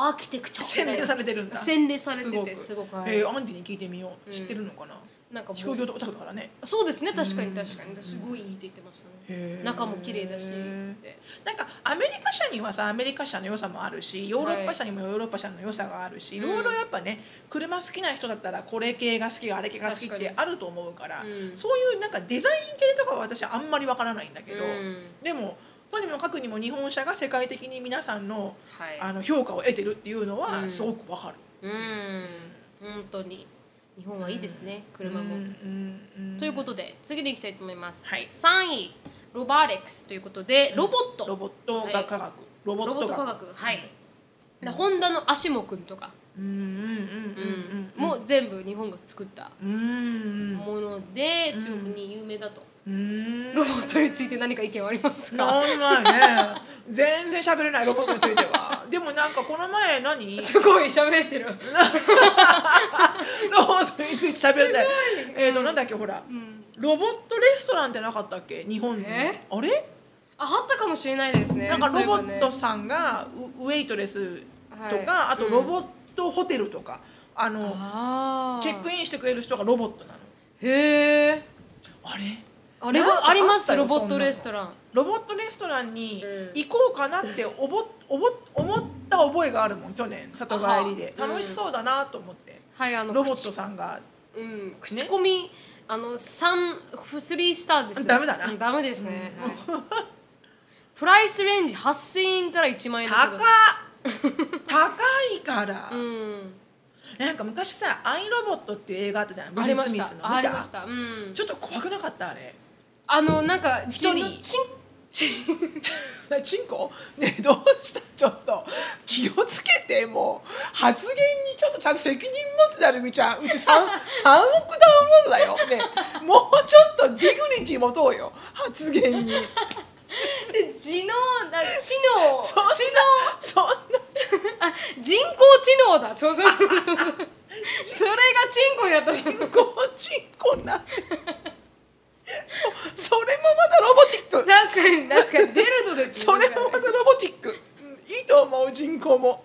Speaker 1: アーキテクチャ
Speaker 2: 洗
Speaker 1: みたい
Speaker 2: 練
Speaker 1: な
Speaker 2: されてるんだ
Speaker 1: 洗練されててすごくはい
Speaker 2: えーアンディに聞いてみよう
Speaker 1: うん
Speaker 2: 知ってるのかな
Speaker 1: なんかもう
Speaker 2: 飛行業とかだからね
Speaker 1: そうですね確かに確かにすごいいいって言ってましたね
Speaker 2: へー
Speaker 1: 中も綺麗だしって
Speaker 2: なんかアメリカ車にはさアメリカ車の良さもあるしヨーロッパ車にもヨーロッパ車の良さがあるし、い、
Speaker 1: うん
Speaker 2: ろいろやっぱね車好きな人だったらこれ系が好きあれ系が好きっ
Speaker 1: 確かに
Speaker 2: てあると思うから
Speaker 1: うん
Speaker 2: そういうなんかデザイン系とかは私はあんまりわからないんだけど、
Speaker 1: うん
Speaker 2: でもとにもかくにも日本車が世界的に皆さんの,、
Speaker 1: はい
Speaker 2: あの評価を得てるっていうの
Speaker 1: う
Speaker 2: は
Speaker 1: ん
Speaker 2: すごくわかる。
Speaker 1: うん本当に日本はいいですね車
Speaker 2: うん
Speaker 1: も
Speaker 2: うんうん
Speaker 1: ということで次に行きたいと思います
Speaker 2: はい
Speaker 1: 3位ロバーレックスということでロボット
Speaker 2: ロボットが科学、ロボ
Speaker 1: ロ
Speaker 2: ッ
Speaker 1: ボッ
Speaker 2: ト
Speaker 1: ト
Speaker 2: が
Speaker 1: 科学はいでホンダのアシモ君とか
Speaker 2: うんう
Speaker 1: う
Speaker 2: んうんんうん
Speaker 1: もう全部日本が作った
Speaker 2: うんうん
Speaker 1: ものですごくに有名だと
Speaker 2: うん
Speaker 1: ロボットについて何か意見はありますか
Speaker 2: なんないね全然喋れないロボットについて はでもなんかこの前何 ロ
Speaker 1: すごい喋れてる
Speaker 2: ボットについて喋れたいえっ、となんだっけほら、ロボットレストランってなかったっけ日本に
Speaker 1: え
Speaker 2: あれ
Speaker 1: ああったかもしれないですね
Speaker 2: なんか
Speaker 1: そうい
Speaker 2: ロ
Speaker 1: え
Speaker 2: ボ
Speaker 1: ばね
Speaker 2: ットさんがウウェイトレスとか、
Speaker 1: はい
Speaker 2: あとロボットホテルとかあの
Speaker 1: あ
Speaker 2: チェック
Speaker 1: イン
Speaker 2: インしてくれる人がロボットなの
Speaker 1: へえ
Speaker 2: あれ
Speaker 1: あれ
Speaker 2: なんかあった
Speaker 1: あります
Speaker 2: よ
Speaker 1: ロボットレストラン
Speaker 2: ロボットレストランに
Speaker 1: うん
Speaker 2: 行こうかなっておぼおぼ思った覚えがあるもん去年里帰りで
Speaker 1: あはうん
Speaker 2: 楽しそうだなと思って、
Speaker 1: はいあの
Speaker 2: ロボットさんが
Speaker 1: 口,、うん、口コミ、あの三フスリースターです
Speaker 2: ダメだな
Speaker 1: うんダメですね、はいプライスレンジ8000円から1万円
Speaker 2: 高っ
Speaker 1: す
Speaker 2: 高いから、
Speaker 1: うん
Speaker 2: なんか昔さ「アイロボット」っていう映画あったじゃんブ
Speaker 1: あ
Speaker 2: ル
Speaker 1: り
Speaker 2: ー
Speaker 1: ま
Speaker 2: ス
Speaker 1: し
Speaker 2: ミ
Speaker 1: た
Speaker 2: スの
Speaker 1: あ
Speaker 2: 見
Speaker 1: りま
Speaker 2: た
Speaker 1: したうん
Speaker 2: ちょっと怖くなかったあれ
Speaker 1: あのなんか
Speaker 2: 一人
Speaker 1: 自分のちん
Speaker 2: チンコねえどうしたちょっと気をつけてもう発言にちょっとちゃんと責任持つなるみちゃんうち 3, 三億ダウンロードだよねえもうちょっとディグニティ持とうよ発言に。
Speaker 1: で知能 だ知能
Speaker 2: そんなそんな
Speaker 1: あ人工知能だそうそう それがチンコになった
Speaker 2: 人工人工なそそれもまたロボティック
Speaker 1: 確かに確かにデルドです
Speaker 2: そ
Speaker 1: よ
Speaker 2: れもまたロボティックうんいいと思う人工も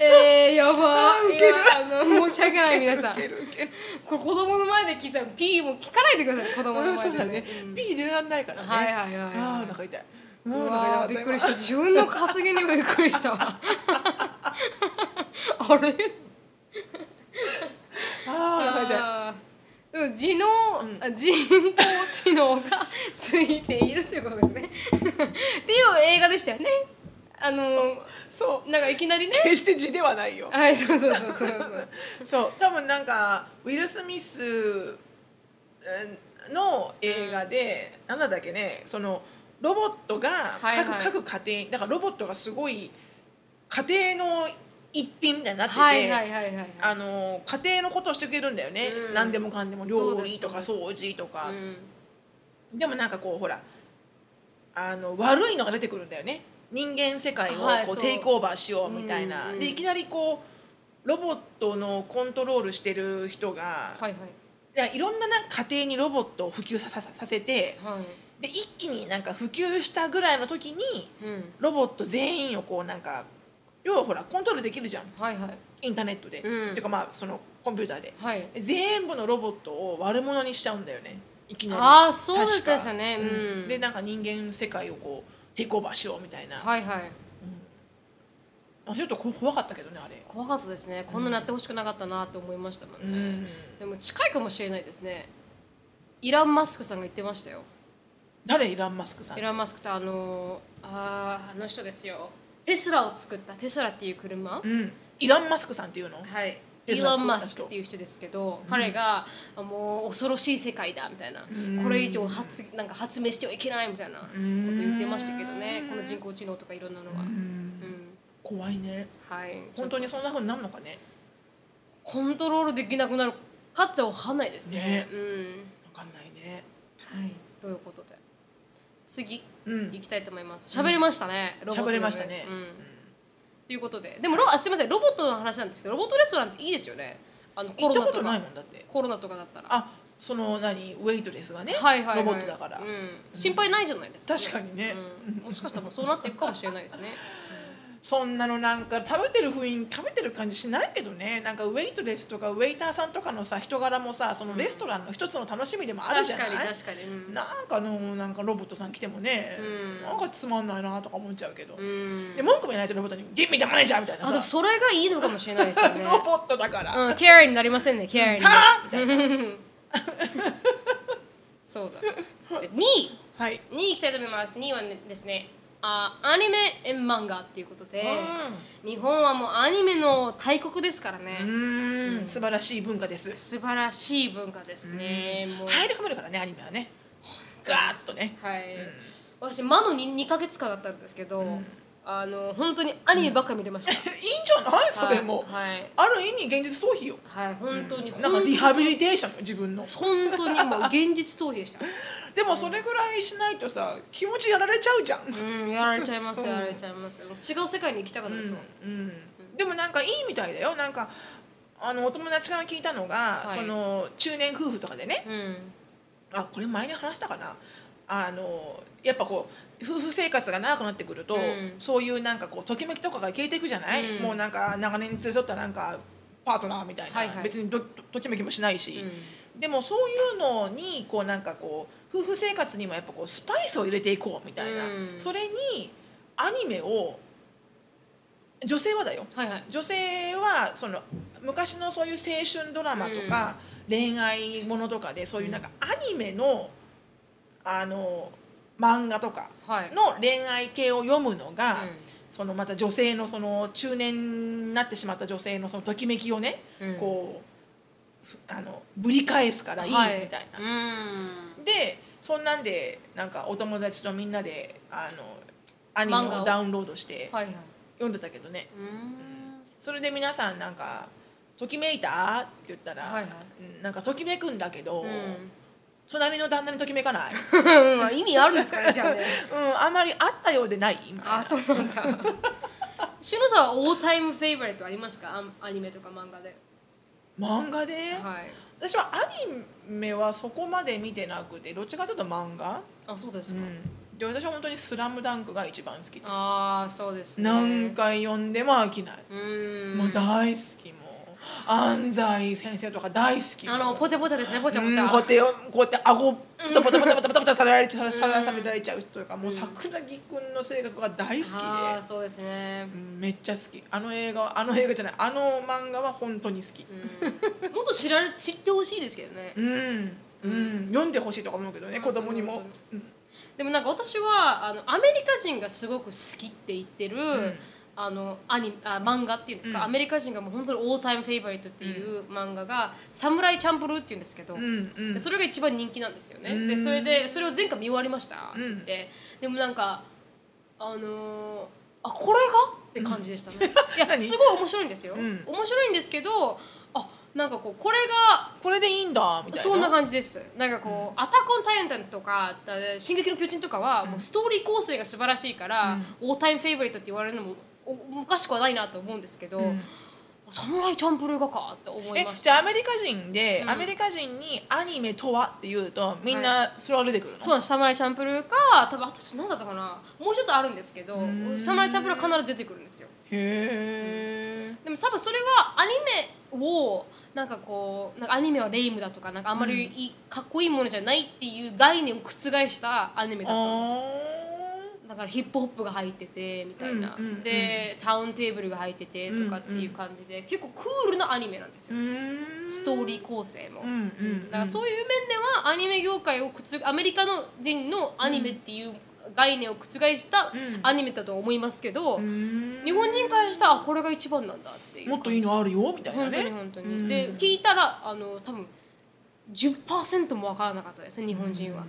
Speaker 1: えー、やば
Speaker 2: あーウ
Speaker 1: い
Speaker 2: ケる
Speaker 1: やあの申し訳ない皆さん
Speaker 2: ウケるウケる
Speaker 1: これ子供の前で聞いたら P も聞かないでください子供の前
Speaker 2: そう
Speaker 1: で
Speaker 2: だね
Speaker 1: うん
Speaker 2: P 入れられないからね
Speaker 1: はいはいはいはい
Speaker 2: ああお腹痛いうもお腹
Speaker 1: わ
Speaker 2: 痛
Speaker 1: ーびっくりした自分の発言にもびっくりした わあれ
Speaker 2: たああお腹痛い
Speaker 1: あーうん自能、あ人工知能がついているということですねっていう映画でしたよねあの
Speaker 2: そ
Speaker 1: なんかいきなりね
Speaker 2: う 決して字ではないよ
Speaker 1: はいそうそうそうそうそう
Speaker 2: そう多分なんかウィル・スミスうんの映画で、なんだっけねそのロボットが各,、
Speaker 1: はいはい
Speaker 2: 各家庭だからロボットがすごい家庭の一品みたいになってて、
Speaker 1: はいはいはいはいはい
Speaker 2: あの家庭のことをしてくれるんだよね、
Speaker 1: うん
Speaker 2: 何でもかんでも料理とか
Speaker 1: そう
Speaker 2: 掃除とか、
Speaker 1: うん
Speaker 2: でもなんかこうほらあの悪いのが出てくるんだよね人間世界を
Speaker 1: はい
Speaker 2: こう
Speaker 1: そう
Speaker 2: テイクオーバーしようみたいな、
Speaker 1: うんうん
Speaker 2: でいきなりこうロボットのコントロールしてる人が、
Speaker 1: はいはい
Speaker 2: い、いろんななんか家庭にロボットを普及さささせて
Speaker 1: はい
Speaker 2: で一気になんか普及したぐらいの時に
Speaker 1: うん
Speaker 2: ロボット全員をこうなんか要はほらコントロールできるじゃん
Speaker 1: はいはい
Speaker 2: インターネットで、
Speaker 1: うん
Speaker 2: ていうかまあそのコンピューターで
Speaker 1: はい
Speaker 2: 全部のロボットを悪者にしちゃうんだよねいきなり
Speaker 1: あーそうだった
Speaker 2: 確か
Speaker 1: ですよねうん
Speaker 2: でなんか人間世界をこうテイクオーバーしようみたいな、
Speaker 1: はいはい
Speaker 2: あちょっとこ怖かったけどねあれ
Speaker 1: 怖かったですねこんななってほしくなかったなって思いましたもんね、でも近いかもしれないですねイラン・マスクさんが言ってましたよ
Speaker 2: 誰イラン・マスクさん
Speaker 1: イラン・マスクってあのあーあの人ですよテスラを作ったテスラっていう車、
Speaker 2: うん、イラン・マスクさんっていうの
Speaker 1: はい、イ
Speaker 2: テ
Speaker 1: ー
Speaker 2: スラ
Speaker 1: ロ
Speaker 2: 作
Speaker 1: ン・
Speaker 2: っ
Speaker 1: マ
Speaker 2: た人
Speaker 1: スクっていう人ですけど、彼があもう恐ろしい世界だみたいな、
Speaker 2: ん
Speaker 1: これ以上発なんか発明してはいけないみたいなこと
Speaker 2: ん
Speaker 1: 言ってましたけどねこの人工知能とかいろんなのは、うん
Speaker 2: 怖いね
Speaker 1: はい、
Speaker 2: 本当にそんな風になるのかね
Speaker 1: コントロールできなくなるかってわかんないですね
Speaker 2: ね
Speaker 1: うん
Speaker 2: 分かんないね
Speaker 1: はい、ということで次
Speaker 2: うん
Speaker 1: 行きたいと思います喋れましたねロボットの
Speaker 2: 喋れましたね
Speaker 1: うんということででもロあすみませんロボットの話なんですけどロボットレストランっていいですよねあのコ
Speaker 2: 行
Speaker 1: ロ
Speaker 2: った
Speaker 1: ナ
Speaker 2: ことと
Speaker 1: か
Speaker 2: ないもんだって
Speaker 1: コロナとかだったら
Speaker 2: あその何ウェイトレスがね、
Speaker 1: はいはいはい、
Speaker 2: ロボットだから、
Speaker 1: うん、心配ないじゃないですか、
Speaker 2: 確かにね
Speaker 1: うんもしかしたらもうそうなっていくかもしれないですね
Speaker 2: そんなのなんか食べてる雰囲気食べてる感じしないけどねなんかウェイトレスとかウェイターさんとかのさ人柄もさそのレストランの一つの楽しみでも あるじ
Speaker 1: 確
Speaker 2: ゃな
Speaker 1: か
Speaker 2: い
Speaker 1: に確かに、うん
Speaker 2: なんかあのなんかロボットさん来てもね、
Speaker 1: うん
Speaker 2: なんかつまんないなとか思っちゃうけど、
Speaker 1: うん
Speaker 2: で文句も言えないじゃんロボットに「ギ e ミ e マネージャー」みたいな
Speaker 1: あでも
Speaker 2: さ、
Speaker 1: それがいいのかもしれないですよ ね
Speaker 2: ロボットだから、
Speaker 1: うんケアになりませんねケア に
Speaker 2: はぁみたいな
Speaker 1: そうだで2位
Speaker 2: はい、
Speaker 1: 2位いきたいと思います2位はねですねあアニメ漫画っていうことで、日本はもうアニメの大国ですからね、
Speaker 2: うん素晴らしい文化です
Speaker 1: 素晴らしい文化ですね、もう
Speaker 2: 入り込めるからねアニメはねガーッとね
Speaker 1: はい、私魔の 2, ヶ月間だったんですけど、あの本当にアニメばっか見れました、
Speaker 2: いいんじゃないそれも、
Speaker 1: はい
Speaker 2: ある意味現実逃避よ
Speaker 1: はい本当に、
Speaker 2: なんかリハビリテーションよ自分の
Speaker 1: 本当にもう現実逃避でした
Speaker 2: でもそれぐらいしないとさ気持ちやられちゃうじゃん、
Speaker 1: うんやられちゃいますやられちゃいます違う世界に行きたかったですもん、
Speaker 2: うんでもなんかいいみたいだよなんかあのお友達から聞いたのが、
Speaker 1: はい
Speaker 2: その中年夫婦とかでね
Speaker 1: うん
Speaker 2: あこれ前に話したかなあのやっぱこう夫婦生活が長くなってくると、
Speaker 1: うん
Speaker 2: そういうなんかこうときめきとかが消えていくじゃない、
Speaker 1: うん
Speaker 2: もうなんか長年連れ添ったなんかパートナーみたいな、
Speaker 1: はいはい
Speaker 2: 別にどときめきもしないし、
Speaker 1: う
Speaker 2: でもそういうのにこうなんかこう夫婦生活にもやっぱこうスパイスを入れていこうみたいな、
Speaker 1: うん
Speaker 2: それにアニメを女性はだよ
Speaker 1: はいはい
Speaker 2: 女性はその昔のそういう青春ドラマとか、恋愛ものとかでそういうなんかアニメのあの漫画とか
Speaker 1: はい
Speaker 2: の恋愛系を読むのが、
Speaker 1: う
Speaker 2: そのまた女性のその中年になってしまった女性のそのときめきをね、
Speaker 1: んうん
Speaker 2: こうふあのぶり返すからいいみたいな。
Speaker 1: はいうん
Speaker 2: でそんなんでなんかお友達とみんなであのアニメ
Speaker 1: 漫画
Speaker 2: を
Speaker 1: を
Speaker 2: ダウンロードして
Speaker 1: はいはい
Speaker 2: 読んでたけどね、
Speaker 1: うん
Speaker 2: それで皆さんなんか「ときめいた?」って言ったら、
Speaker 1: はいはい
Speaker 2: うんなんかときめくんだけど、
Speaker 1: うん
Speaker 2: 隣の旦那にときめかない、
Speaker 1: うんまあ意味あるんですかねじゃあね
Speaker 2: うん、あんまりあったようでないみたいな
Speaker 1: あそうなん だしのさんはオータイムフェイバリットありますかアアニメとか漫画で
Speaker 2: 漫画で、
Speaker 1: はい
Speaker 2: 私はアニメはそこまで見てなくてどっちかというと漫画、
Speaker 1: あそうです
Speaker 2: う
Speaker 1: か、
Speaker 2: ん、で私は本当に「スラムダンクが一番好きです
Speaker 1: ああそうですね
Speaker 2: 何回読んでも飽きないう
Speaker 1: ーん
Speaker 2: もう大好きもう安西先生とか大好き
Speaker 1: あのポテポテですねポチャ
Speaker 2: う
Speaker 1: ポ
Speaker 2: ん
Speaker 1: チ
Speaker 2: こ
Speaker 1: ャ
Speaker 2: うやってよこうやって顎ポタポタポタポタポタポタさられちゃうさらされられちゃう人とかもう桜木くんの性格が大好きで
Speaker 1: あーそうですね
Speaker 2: う、んめっちゃ好きあの映画はあの映画じゃないあの漫画は本当に好き
Speaker 1: うん、もっと知られ知ってほしいですけどね、
Speaker 2: うんうん読んでほしいとか思うけどね子供にも
Speaker 1: でもなんか私はあのアメリカ人がすごく好きって言ってる、
Speaker 2: ん
Speaker 1: あのアニあ漫画っていうんですか、
Speaker 2: うん
Speaker 1: アメリカ人がもう本当にオータイムフェイバリットっていう漫画が「サムライチャンプルー」っていうんですけど、
Speaker 2: うんうん
Speaker 1: でそれが一番人気なんですよね、
Speaker 2: うん
Speaker 1: でそれでそれを前回見終わりましたって
Speaker 2: うん
Speaker 1: 言って、でもなんかあのーあこれがって感じでしたね、いや
Speaker 2: 何
Speaker 1: すごい面白いんですよ、
Speaker 2: うん
Speaker 1: 面白いんですけどあなんかこうこれが
Speaker 2: これでいいんだみたいな
Speaker 1: そんな感じですなんかこう「アタック・オン・タイタン」とか「だ進撃の巨人」とかはもうストーリー構成が素晴らしいから、オータイムフェイブリットって言われるのもおおかしくはないなと思うんですけど、サムライ・チャンプルーがかって思い
Speaker 2: え
Speaker 1: まし
Speaker 2: じゃあア
Speaker 1: た
Speaker 2: メリカ人で、アメリカ人にアニメとはって言うとみんなそれは出てくるの、
Speaker 1: そうなんですサムライ・チャンプルーか多分あと一つ何だったかなもう一つあるんですけどサムライ・チャンプルーは必ず出てくるんですよ
Speaker 2: へえ
Speaker 1: でも多分それはアニメをなんかこうなんかアニメはレイムだとかなんかあんまりいいかっこいいものじゃないっていう概念を覆したアニメだったんですよだからヒップホップが入っててみたいな、
Speaker 2: うんうんうん
Speaker 1: でタウンテーブルが入っててとかっていう感じで、結構クールなアニメなんですよ、ストーリー構成も、
Speaker 2: うんうん
Speaker 1: だからそういう面ではアニメ業界を覆アメリカの人のアニメっていう概念を覆したアニメだと思いますけど、日本人からしたらあこれが一番なんだっていう
Speaker 2: もっといいのあるよみたいな
Speaker 1: 本当に
Speaker 2: ね
Speaker 1: 本当に、で聞いたらあの多分10%も分からなかったですね日本人は「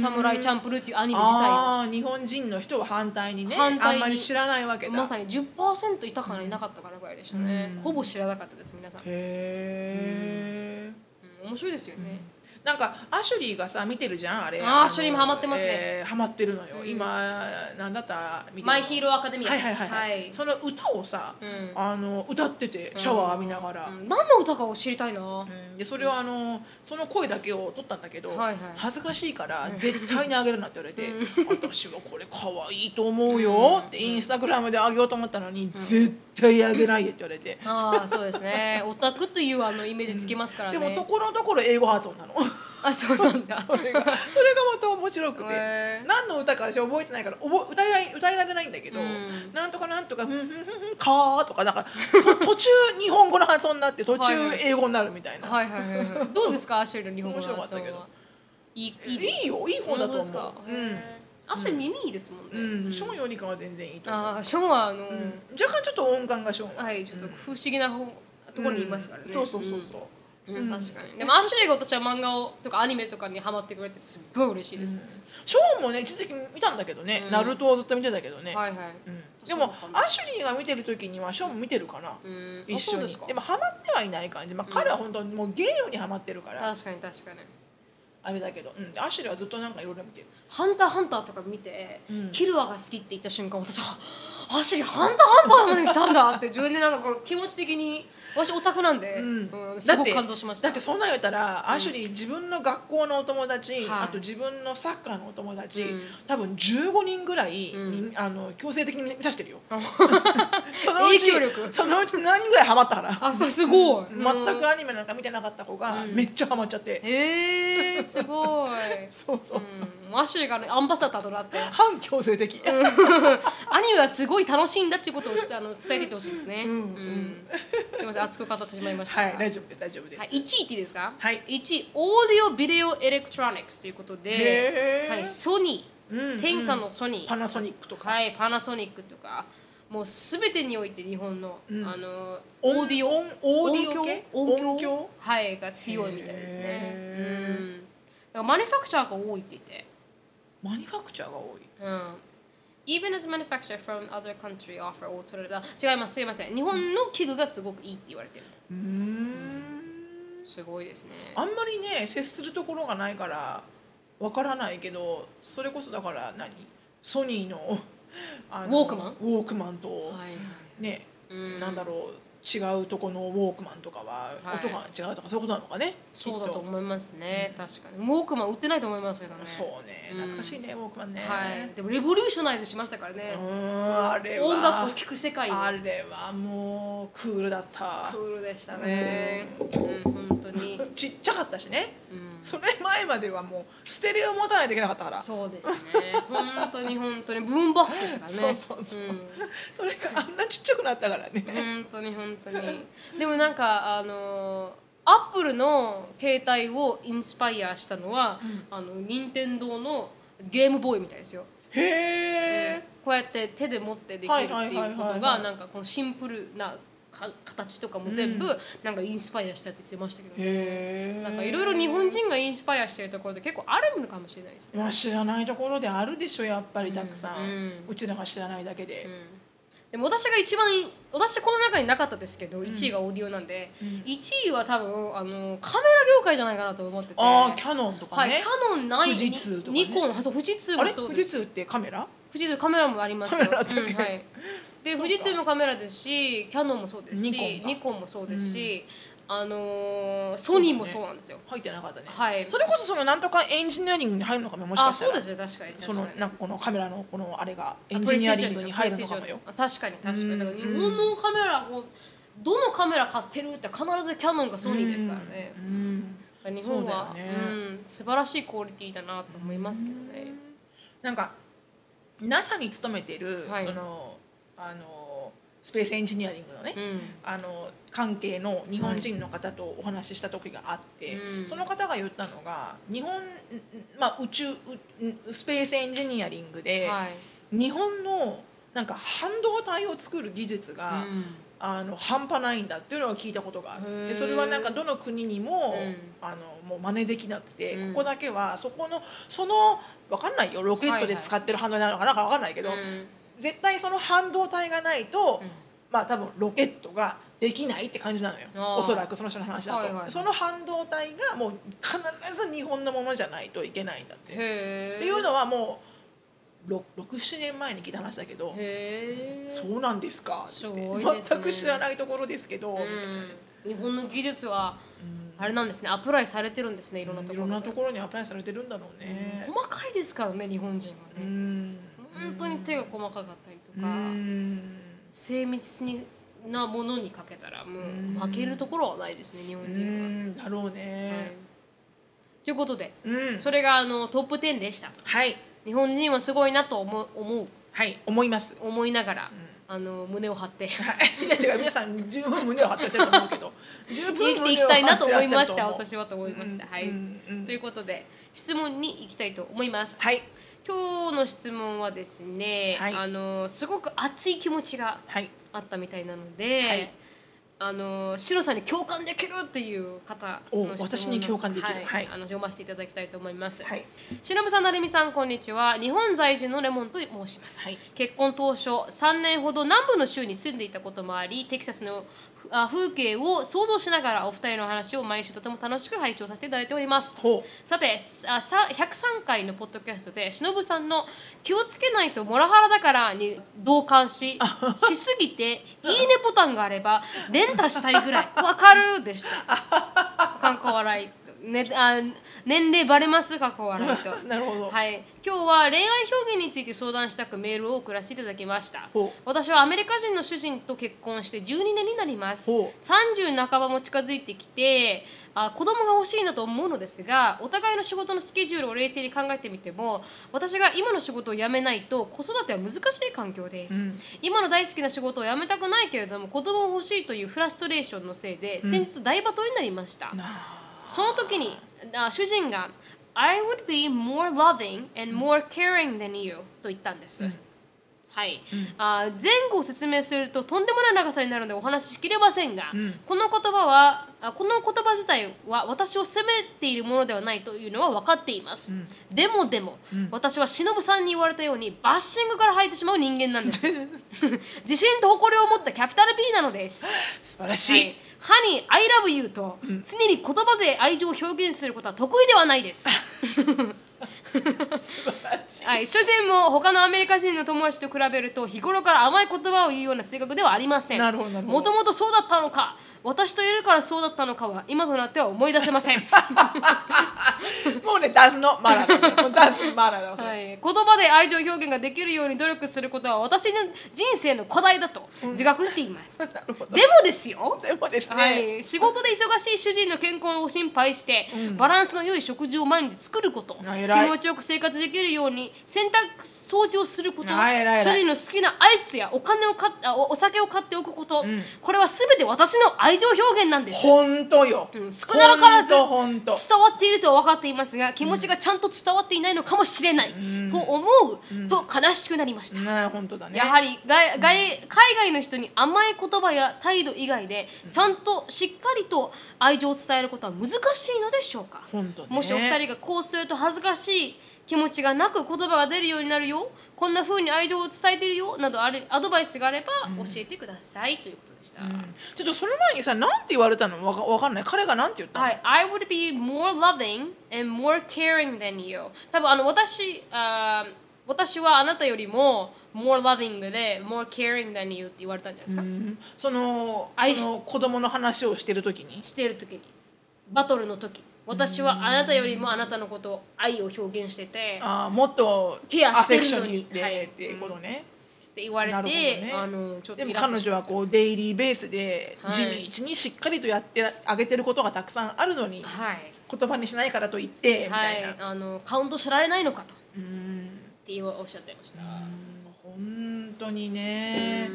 Speaker 1: サムライチャンプルー」っていうアニメ自体は。
Speaker 2: ああ日本人の人は反対にね
Speaker 1: 反対に
Speaker 2: あんまり知らないわけだ
Speaker 1: まさに10%いたかないなかったかなぐらいでしたね、ほぼ知らなかったです皆さん、
Speaker 2: へえ
Speaker 1: うん面白いですよね、
Speaker 2: なんかアシュリーがさ見てるじゃんあれ
Speaker 1: あー
Speaker 2: の
Speaker 1: アシュリーもハマってますね
Speaker 2: えーハマってるのよ、今なんだった見てるの
Speaker 1: マイヒーローアカデミア
Speaker 2: はいはいはい、はい
Speaker 1: はい
Speaker 2: その歌をさ、
Speaker 1: ん
Speaker 2: あの歌っててシャワー浴びながら、
Speaker 1: うん何の歌かを知りたいな、
Speaker 2: でそれをあのその声だけを取ったんだけど、
Speaker 1: はいはい
Speaker 2: 恥ずかしいから絶対にあげるなって言われて「私はこれ可愛いと思うよ」ってインスタグラムであげようと思ったのに、絶対あげないでって言われて、
Speaker 1: ああそうですね オタクというあのイメージつけますからね、
Speaker 2: でもところどころ英語発音な の
Speaker 1: あそうなんだ
Speaker 2: それがそれがまた面白くて、
Speaker 1: へー
Speaker 2: 何の歌か私覚えてないから覚え歌えない歌えられないんだけど「
Speaker 1: うん
Speaker 2: なんとかなんとかふんふんふんふんかー」とかなんかと 途中日本語の発音になって途中
Speaker 1: はいはい
Speaker 2: 英語になるみたいな。
Speaker 1: はいはいはいはいどうですかアシュリーの日本語の
Speaker 2: 面
Speaker 1: 発音
Speaker 2: 白かったけど
Speaker 1: はいいいいです
Speaker 2: いいよいい方
Speaker 1: 本当
Speaker 2: だと思
Speaker 1: ですか
Speaker 2: う。うん
Speaker 1: へーアシュリー耳いいですもんね、
Speaker 2: うん、ショーンよりかは全然いいと思う。
Speaker 1: ああショーンはあの、
Speaker 2: 若干ちょっと音感がショーンは。
Speaker 1: はいちょっと不思議な方ところにいますからね、
Speaker 2: そうそうそうそう。
Speaker 1: うん確かにでもアシュレイが私は漫画をとかアニメとかにハマってくれてすっごい嬉しいです、
Speaker 2: ショーンもね一時期見たんだけどね、ナルトをずっと見てたけどね。
Speaker 1: はいはい、
Speaker 2: うんでもアシュリーが見てる時にはショーンも見てるかな。
Speaker 1: うん
Speaker 2: 一緒
Speaker 1: あそうで
Speaker 2: に
Speaker 1: すか
Speaker 2: でもハマってはいない感じ、まあ、彼は本当にもうゲームにハマってるから、
Speaker 1: 確かに確かに
Speaker 2: あれだけど、うん、アシュリーはずっとなんかいろいろ見てる
Speaker 1: 「ハンターハンター」とか見て、
Speaker 2: ん
Speaker 1: キルアが好きって言った瞬間私は「アシュリーハンターハンター」まで来たんだって自分でなんかこう気持ち的に私オタクなんで、
Speaker 2: うん
Speaker 1: うんすごく感動しました
Speaker 2: だってそんなん言ったら、アシュリー自分の学校のお友達、
Speaker 1: はい
Speaker 2: あと自分のサッカーのお友達、
Speaker 1: うん
Speaker 2: 多分15人ぐらい、あの強制的に見さしてるよ そ
Speaker 1: 影響力
Speaker 2: そのうち何人ぐらいハマったから
Speaker 1: あそうすごい、
Speaker 2: 全くアニメなんか見てなかった子が、めっちゃハマっちゃって、
Speaker 1: へえすごい、
Speaker 2: そうそう、
Speaker 1: うん、アシュリーがねアンバサダーとなって
Speaker 2: 反強制的、
Speaker 1: アニメはすごい楽しいんだっていうことをしあの伝えていってほしいですね。うんすみません熱く語ってしまいました。
Speaker 2: はい大丈夫です大丈夫です、
Speaker 1: はい、1位言っていいですか、
Speaker 2: はい
Speaker 1: 1位オーディオ・ビデオ・エレクトロニクスということで
Speaker 2: へ、ー
Speaker 1: はい、ソニー、天下のソニー
Speaker 2: パナソニックとか、
Speaker 1: はい、パナソニックとかもう全てにおいて日本の,、あの
Speaker 2: 音
Speaker 1: オーディオ
Speaker 2: 音オーディオ
Speaker 1: 響
Speaker 2: 系
Speaker 1: 音響
Speaker 2: 音響
Speaker 1: はい、が強いみたいですね。
Speaker 2: へ
Speaker 1: う
Speaker 2: ー
Speaker 1: ん、だからマニファクチャーが多いって言って。
Speaker 2: マニファクチャーが多い
Speaker 1: うん Even as manufactured from other country offer alternative あ違いますすいません日本の器具がすごくいいって言われてる
Speaker 2: うーん
Speaker 1: すごいですね
Speaker 2: あんまりね接するところがないからわからないけどそれこそだから何ソニーのあ
Speaker 1: ウォークマン
Speaker 2: ウォークマンと、
Speaker 1: はい
Speaker 2: ね、
Speaker 1: うん
Speaker 2: なんだろう違うとこのウォークマンとかは
Speaker 1: はい
Speaker 2: 音が違うとかそういうことなのかね、
Speaker 1: そうだ
Speaker 2: きっ
Speaker 1: と思いますね確かにウォークマン売ってないと思いますけどね
Speaker 2: そうね懐かしいね、ウォークマンね、
Speaker 1: はいでもレボリューショナイズしましたから
Speaker 2: う
Speaker 1: ね
Speaker 2: ーんあれは
Speaker 1: 音楽を聴く世界
Speaker 2: あ
Speaker 1: は
Speaker 2: れはもうクールだった
Speaker 1: クールでしたねうん本当に
Speaker 2: ちっちゃかったしね、
Speaker 1: うん
Speaker 2: それ前まではもうステレオ持たないといけなかったから
Speaker 1: そうですね本当に本当にブームボックスでしたからね
Speaker 2: そうそうそうん それがあんなちっちゃくなったからね、
Speaker 1: 本当に本当にでもなんかあのアップルの携帯をインスパイアしたのは、あの任天堂のゲームボーイみたいですよ
Speaker 2: へえ、
Speaker 1: こうやって手で持ってできるって
Speaker 2: はいはいはいいう
Speaker 1: こ
Speaker 2: はいは
Speaker 1: と
Speaker 2: い
Speaker 1: がなんかこのシンプルなか形とかも全部なんかインスパイアしたって言ってましたけどね、
Speaker 2: へえ
Speaker 1: なんかいろいろ日本人がインスパイアしてるところって結構あるのかもしれないですね、
Speaker 2: まあ知らないところであるでしょやっぱりたくさん、
Speaker 1: う
Speaker 2: うんちらが知らないだけで、
Speaker 1: うんでも私が一番私この中になかったですけど1位がオーディオなんで、1位は多分あのカメラ業界じゃないかなと思ってて
Speaker 2: ああキャノンとか
Speaker 1: はい、
Speaker 2: ね、
Speaker 1: キャノンない
Speaker 2: 富士通とかね
Speaker 1: ニニコンあそう富士通
Speaker 2: あ
Speaker 1: も
Speaker 2: れ
Speaker 1: そう
Speaker 2: 富
Speaker 1: で
Speaker 2: 士
Speaker 1: す
Speaker 2: 通ってカメラ
Speaker 1: 富士通カメラもありますよ、
Speaker 2: カメラだっけ
Speaker 1: うんはい、で富士通もカメラですしキャノンもそうですし
Speaker 2: ニコンか
Speaker 1: もそうですし、あのーソニーもそうなんですよ、
Speaker 2: 入ってなかったね、
Speaker 1: はい
Speaker 2: それこそそのなんとかエンジニアリングに入るのかももしか
Speaker 1: あ
Speaker 2: した
Speaker 1: そう
Speaker 2: ら
Speaker 1: ですね確かに確か
Speaker 2: そ
Speaker 1: に
Speaker 2: のなんかこのカメラのこのあれがエンジニアリングに入るのかもよ
Speaker 1: あ確かに確か
Speaker 2: う
Speaker 1: に
Speaker 2: ん
Speaker 1: だから日本のカメラをどのカメラ買ってるって必ずキャノンかソニーですからね
Speaker 2: う、ん
Speaker 1: 日本は
Speaker 2: そうだよね
Speaker 1: うん、素晴らしいクオリティだなと思いますけどね、
Speaker 2: なんか NASA に勤めてる、
Speaker 1: はい
Speaker 2: そのあのスペースエンジニアリングのね、
Speaker 1: うん
Speaker 2: あの関係の日本人の方とお話しした時があって、
Speaker 1: うん
Speaker 2: その方が言ったのが日本、んまあ、宇宙うスペースエンジニアリングで、
Speaker 1: はい、
Speaker 2: 日本のなんか半導体を作る技術が、
Speaker 1: うん
Speaker 2: あの半端ないんだっていうのは聞いたことがあ
Speaker 1: へ
Speaker 2: る
Speaker 1: ー
Speaker 2: でそれはなんかどの国にも、
Speaker 1: うん
Speaker 2: あのもう真似できなくて、
Speaker 1: うん
Speaker 2: ここだけはそこのその分かんないよロケットで使ってる半導体なのかな分かんないけど、
Speaker 1: うん
Speaker 2: 絶対その半導体がないと、
Speaker 1: うん
Speaker 2: まあ多分ロケットができないって感じなのよ
Speaker 1: あー
Speaker 2: おそらくその人の話だと、
Speaker 1: はいはい
Speaker 2: その半導体がもう必ず日本のものじゃないといけないんだって。
Speaker 1: へえ
Speaker 2: っていうのはもう67年前に聞いた話だけど。
Speaker 1: へえ
Speaker 2: そうなんですかって
Speaker 1: す
Speaker 2: 言って
Speaker 1: ごいですね
Speaker 2: 全く知らないところですけど、み
Speaker 1: う
Speaker 2: たいなん
Speaker 1: 日本の技術はあれなんですねアプライされてるんですねいろんなとこ
Speaker 2: い
Speaker 1: ろ
Speaker 2: ろん
Speaker 1: で
Speaker 2: なところにアプライされてるんだろうね。
Speaker 1: 細かいですからね日本人は
Speaker 2: う
Speaker 1: ね、
Speaker 2: ん
Speaker 1: 本当に手が細かかったりと
Speaker 2: う
Speaker 1: か、
Speaker 2: ん
Speaker 1: 精密になものにかけたらも
Speaker 2: うん
Speaker 1: う負けるところはないですね日
Speaker 2: う
Speaker 1: 本人は。
Speaker 2: んだろう
Speaker 1: はい
Speaker 2: ね。
Speaker 1: ということで
Speaker 2: うん
Speaker 1: それがあのトップ10でした
Speaker 2: はい
Speaker 1: 日本人はすごいなと思う思う
Speaker 2: はい思います。
Speaker 1: 思いながら、あの胸を張 って
Speaker 2: いや違う皆さん十分胸を張ってらっしゃると思うけど十分
Speaker 1: 生きてい
Speaker 2: 胸
Speaker 1: き
Speaker 2: を張
Speaker 1: た
Speaker 2: っ
Speaker 1: いなと
Speaker 2: てら
Speaker 1: 思
Speaker 2: っ
Speaker 1: い
Speaker 2: しゃ
Speaker 1: ま
Speaker 2: る
Speaker 1: し
Speaker 2: と
Speaker 1: た
Speaker 2: 思う
Speaker 1: 私はと思いました、
Speaker 2: うん
Speaker 1: はい、
Speaker 2: うんうん
Speaker 1: ということで質問に行きたいと思います、
Speaker 2: はい
Speaker 1: 今日の質問はですね、
Speaker 2: はい
Speaker 1: あのすごく熱い気持ちが
Speaker 2: はい
Speaker 1: あったみたいなので、
Speaker 2: はい
Speaker 1: あのシロさんに共感できるっていう方の
Speaker 2: お私に共感できる
Speaker 1: はい
Speaker 2: はい
Speaker 1: あの読ませていただきたいと思います、
Speaker 2: はい
Speaker 1: しのぶさんなるみさんこんにちは日本在住のレモンと申します、
Speaker 2: はい
Speaker 1: 結婚当初3年ほど南部の州に住んでいたこともありテキサスのあ風景を想像しながらお二人の話を毎週とても楽しく拝聴させていただいております
Speaker 2: ほ
Speaker 1: さてあさ103回のポッドキャストでしのぶさんの「気をつけないとモラハラだから」に同感ししすぎ て「いいね」ボタンがあれば連打したいぐらい「わかる」でした。かっこ笑いね、あ年齢バレますかっこ笑いと
Speaker 2: なるほど
Speaker 1: はい、今日は恋愛表現について相談したくメールを送らせていただきました
Speaker 2: ほう
Speaker 1: 私はアメリカ人の主人と結婚して12年になります
Speaker 2: ほう
Speaker 1: 30半ばも近づいてきてあ子供が欲しいなと思うのですがお互いの仕事のスケジュールを冷静に考えてみても私が今の仕事を辞めないと子育ては難しい環境です、
Speaker 2: うん
Speaker 1: 今の大好きな仕事を辞めたくないけれども子供を欲しいというフラストレーションのせいで先日大バトルになりました、
Speaker 2: うな
Speaker 1: その時にあ主人が「I would be more loving and more caring than you」と言ったんです。はい、あ前後を説明するととんでもない長さになるのでお話ししきれませんが、
Speaker 2: ん
Speaker 1: この言葉はあこの言葉自体は私を責めているものではないというのは分かっています、でもでも、私は忍さんに言われたようにバッシングから入ってしまう人間なん です自信と誇りを持ったキャピタル B なのです
Speaker 2: 素晴らし
Speaker 1: はい
Speaker 2: い、
Speaker 1: Honey, I love you と、常に言葉で愛情を表現することは得意ではない です。はい、主人も他のアメリカ人の友達と比べると日頃から甘い言葉を言うような性格ではありません
Speaker 2: なるほどなるほど
Speaker 1: もともとそうだったのか私といるからそうだったのかは今となっては思い出せませ ん
Speaker 2: もうねダスのマ ラだよもうダスマラだよそれ
Speaker 1: はい、言葉で愛情表現ができるように努力することは私の人生の課題だと自覚してい ます。で
Speaker 2: るほ
Speaker 1: も
Speaker 2: ど
Speaker 1: ですよ
Speaker 2: でもですね
Speaker 1: はい、仕事で忙しい主人の健康を心配して、バランスの良い食事を毎日作ること
Speaker 2: あ
Speaker 1: 気
Speaker 2: 偉い
Speaker 1: 持ちよく生活できるように洗濯掃除をすること
Speaker 2: あ偉い偉い
Speaker 1: 主人の好きなアイスやお金を買っあおお酒を買っておくこと、これは全て私の愛情表現なんです。
Speaker 2: 本当よ、
Speaker 1: うん少なからず伝わ
Speaker 2: 本当
Speaker 1: っているとは分かっていますが気持ちがちゃんと伝わっていないのかもしれない、と思うと悲しくなりました、
Speaker 2: な本当だね
Speaker 1: やはり外外海外の人に甘い言葉や態度以外でちゃんとしっかりと愛情を伝えることは難しいのでしょうか、
Speaker 2: 本当ね
Speaker 1: もしお二人がこうすると恥ずかしい気持ちがなく言葉が出るようになるよこんな風に愛情を伝えてるよなどあるアドバイスがあれば教えてください、ということでした、
Speaker 2: ちょっとその前にさなんて言われたのわかわかんない彼がなんて言ったの、
Speaker 1: はい、I would be more loving and more caring than you 多分あの私あー私はあなたよりも more loving で more caring than you って言われたんじゃないですか、
Speaker 2: その
Speaker 1: 愛し
Speaker 2: その子供の話をしてる時に
Speaker 1: している時にバトルの時私はあなたよりもあなたのことを愛を表現しててっ
Speaker 2: あーもっと
Speaker 1: ケア
Speaker 2: ア
Speaker 1: し
Speaker 2: フ
Speaker 1: て
Speaker 2: ェク
Speaker 1: る
Speaker 2: ショ
Speaker 1: の
Speaker 2: ンに
Speaker 1: に
Speaker 2: 行って、
Speaker 1: はい
Speaker 2: っていうことね、
Speaker 1: て言われ
Speaker 2: な
Speaker 1: て、
Speaker 2: るほどね
Speaker 1: あのちょっと
Speaker 2: で
Speaker 1: イ
Speaker 2: も
Speaker 1: ラッと
Speaker 2: 彼
Speaker 1: し
Speaker 2: 女はこうデイリーベースで
Speaker 1: はい
Speaker 2: 地道にしっかりとやってあげてることがたくさんあるのに、
Speaker 1: はい
Speaker 2: 言葉にしないからといって、み
Speaker 1: は
Speaker 2: た
Speaker 1: い
Speaker 2: いな、
Speaker 1: あのカウント知られないのかとっ
Speaker 2: うん
Speaker 1: ていうおっしゃってました、
Speaker 2: 本当にね、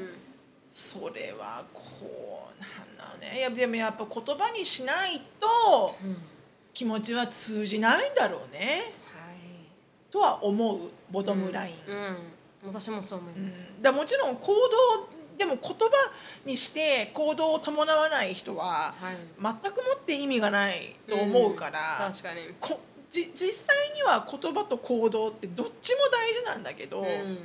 Speaker 2: それはこうなんだろうねいやでもやっぱ言葉にしないと
Speaker 1: うんはい
Speaker 2: 気持ちは通じないんだろうねとは思うボトムライン、
Speaker 1: うん、私もそう思います、
Speaker 2: だからもちろん行動でも言葉にして行動を伴わない人は
Speaker 1: はい
Speaker 2: 全くもって意味がないと思うから、
Speaker 1: 確かに
Speaker 2: こじ実際には言葉と行動ってどっちも大事なんだけど、
Speaker 1: うん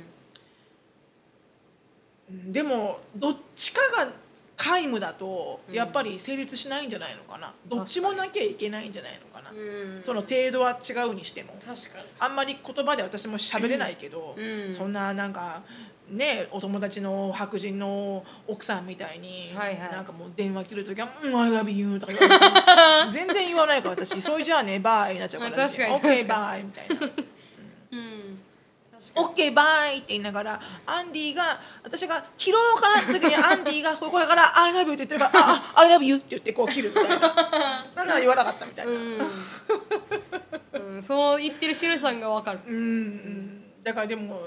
Speaker 2: でもどっちかが皆無だと
Speaker 1: うん
Speaker 2: やっぱり成立しないんじゃないのかな、どっちもなきゃいけないんじゃないのかな、
Speaker 1: うん
Speaker 2: その程度は違うにしても
Speaker 1: 確かに
Speaker 2: あんまり言葉で私も喋れないけど、
Speaker 1: うん
Speaker 2: そんななんかねお友達の白人の奥さんみたいに、
Speaker 1: はいはい
Speaker 2: なんかもう電話切る時は「うん I love you」とか言わ れて全然言わないから私「それじゃあねバイ」になっちゃうから
Speaker 1: 確かに
Speaker 2: オッケ
Speaker 1: 確
Speaker 2: ー
Speaker 1: か
Speaker 2: バイ」みたいな。
Speaker 1: うん確か
Speaker 2: オッケーバイって言いながらアンディが私が切ろうかなって時にアンディがここやから「I love you」って言ってれば「ああ I love you」って言ってこう切るみ たいななんなら言わなかったみたいな、
Speaker 1: にうん、うん、そう言ってるシルさんがわかる
Speaker 2: うんうんだからでも、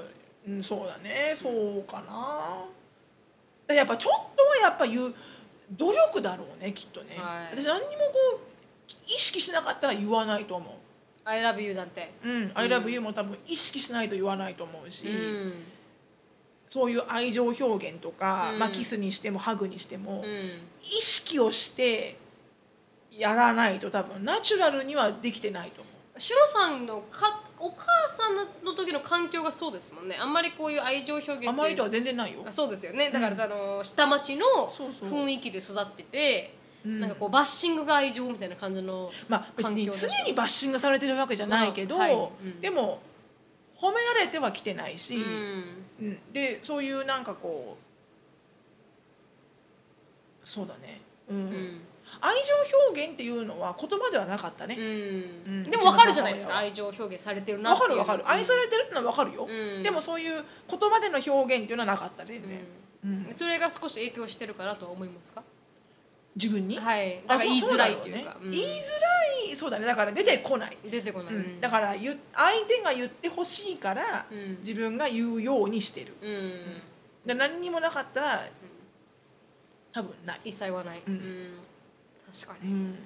Speaker 2: うん、そうだねそうかなだからやっぱちょっとはやっぱ言う努力だろうねきっとね、
Speaker 1: はい
Speaker 2: 私何にもこう意識しなかったら言わないと思
Speaker 1: 「I love you」なんて
Speaker 2: う「うん、I love you」も多分意識しないと言わないと思うし、
Speaker 1: うん
Speaker 2: そういう愛情表現とか、
Speaker 1: うん
Speaker 2: まあ、キスにしてもハグにしても、
Speaker 1: うん
Speaker 2: 意識をしてやらないと多分ナチュラルにはできてないと思う。
Speaker 1: シロさんのかお母さんの時の環境がそうですもんねあんまりこういう愛情表現っていう
Speaker 2: あまりとは全然ないよ
Speaker 1: あ。そうですよねだから、
Speaker 2: うん
Speaker 1: あの下町の
Speaker 2: そうそう
Speaker 1: 雰囲気で育ってて
Speaker 2: うん
Speaker 1: なんかこうバッシングが愛情みたいな感じの、
Speaker 2: まあ別に
Speaker 1: 環境でしょ
Speaker 2: 常にバッシングされてるわけじゃないけど、
Speaker 1: まあはいうん
Speaker 2: でも褒められてはきてないうし、
Speaker 1: ん、
Speaker 2: うんでそういうなんかこうそうだね、うん
Speaker 1: うん
Speaker 2: 愛情表現っていうのは言葉ではなかった
Speaker 1: う
Speaker 2: ね。
Speaker 1: ん
Speaker 2: ん
Speaker 1: でも分かるじゃないですか
Speaker 2: う
Speaker 1: 愛情表現されてるな
Speaker 2: わ
Speaker 1: ってい
Speaker 2: か
Speaker 1: う
Speaker 2: るわかる愛されてるってのはわかるよ、
Speaker 1: うん
Speaker 2: でもそういう言葉での表現っていうのはなかった全然、
Speaker 1: うんそれが少し影響してるかなとは思いますか
Speaker 2: 自分に、
Speaker 1: はい
Speaker 2: あ
Speaker 1: なんか言い
Speaker 2: そ
Speaker 1: づらいと
Speaker 2: そ
Speaker 1: い
Speaker 2: だろ
Speaker 1: うか
Speaker 2: ね言いづらいそうだねだから出てこない、
Speaker 1: うん出てこな
Speaker 2: う
Speaker 1: い、
Speaker 2: んだから言相手が言ってほしいから、
Speaker 1: うん
Speaker 2: 自分が言うようにしてる
Speaker 1: ら、うん、
Speaker 2: で何にもなかったら、多分ない、
Speaker 1: 一切言わない、う
Speaker 2: うんん
Speaker 1: 確か
Speaker 2: う
Speaker 1: に
Speaker 2: ん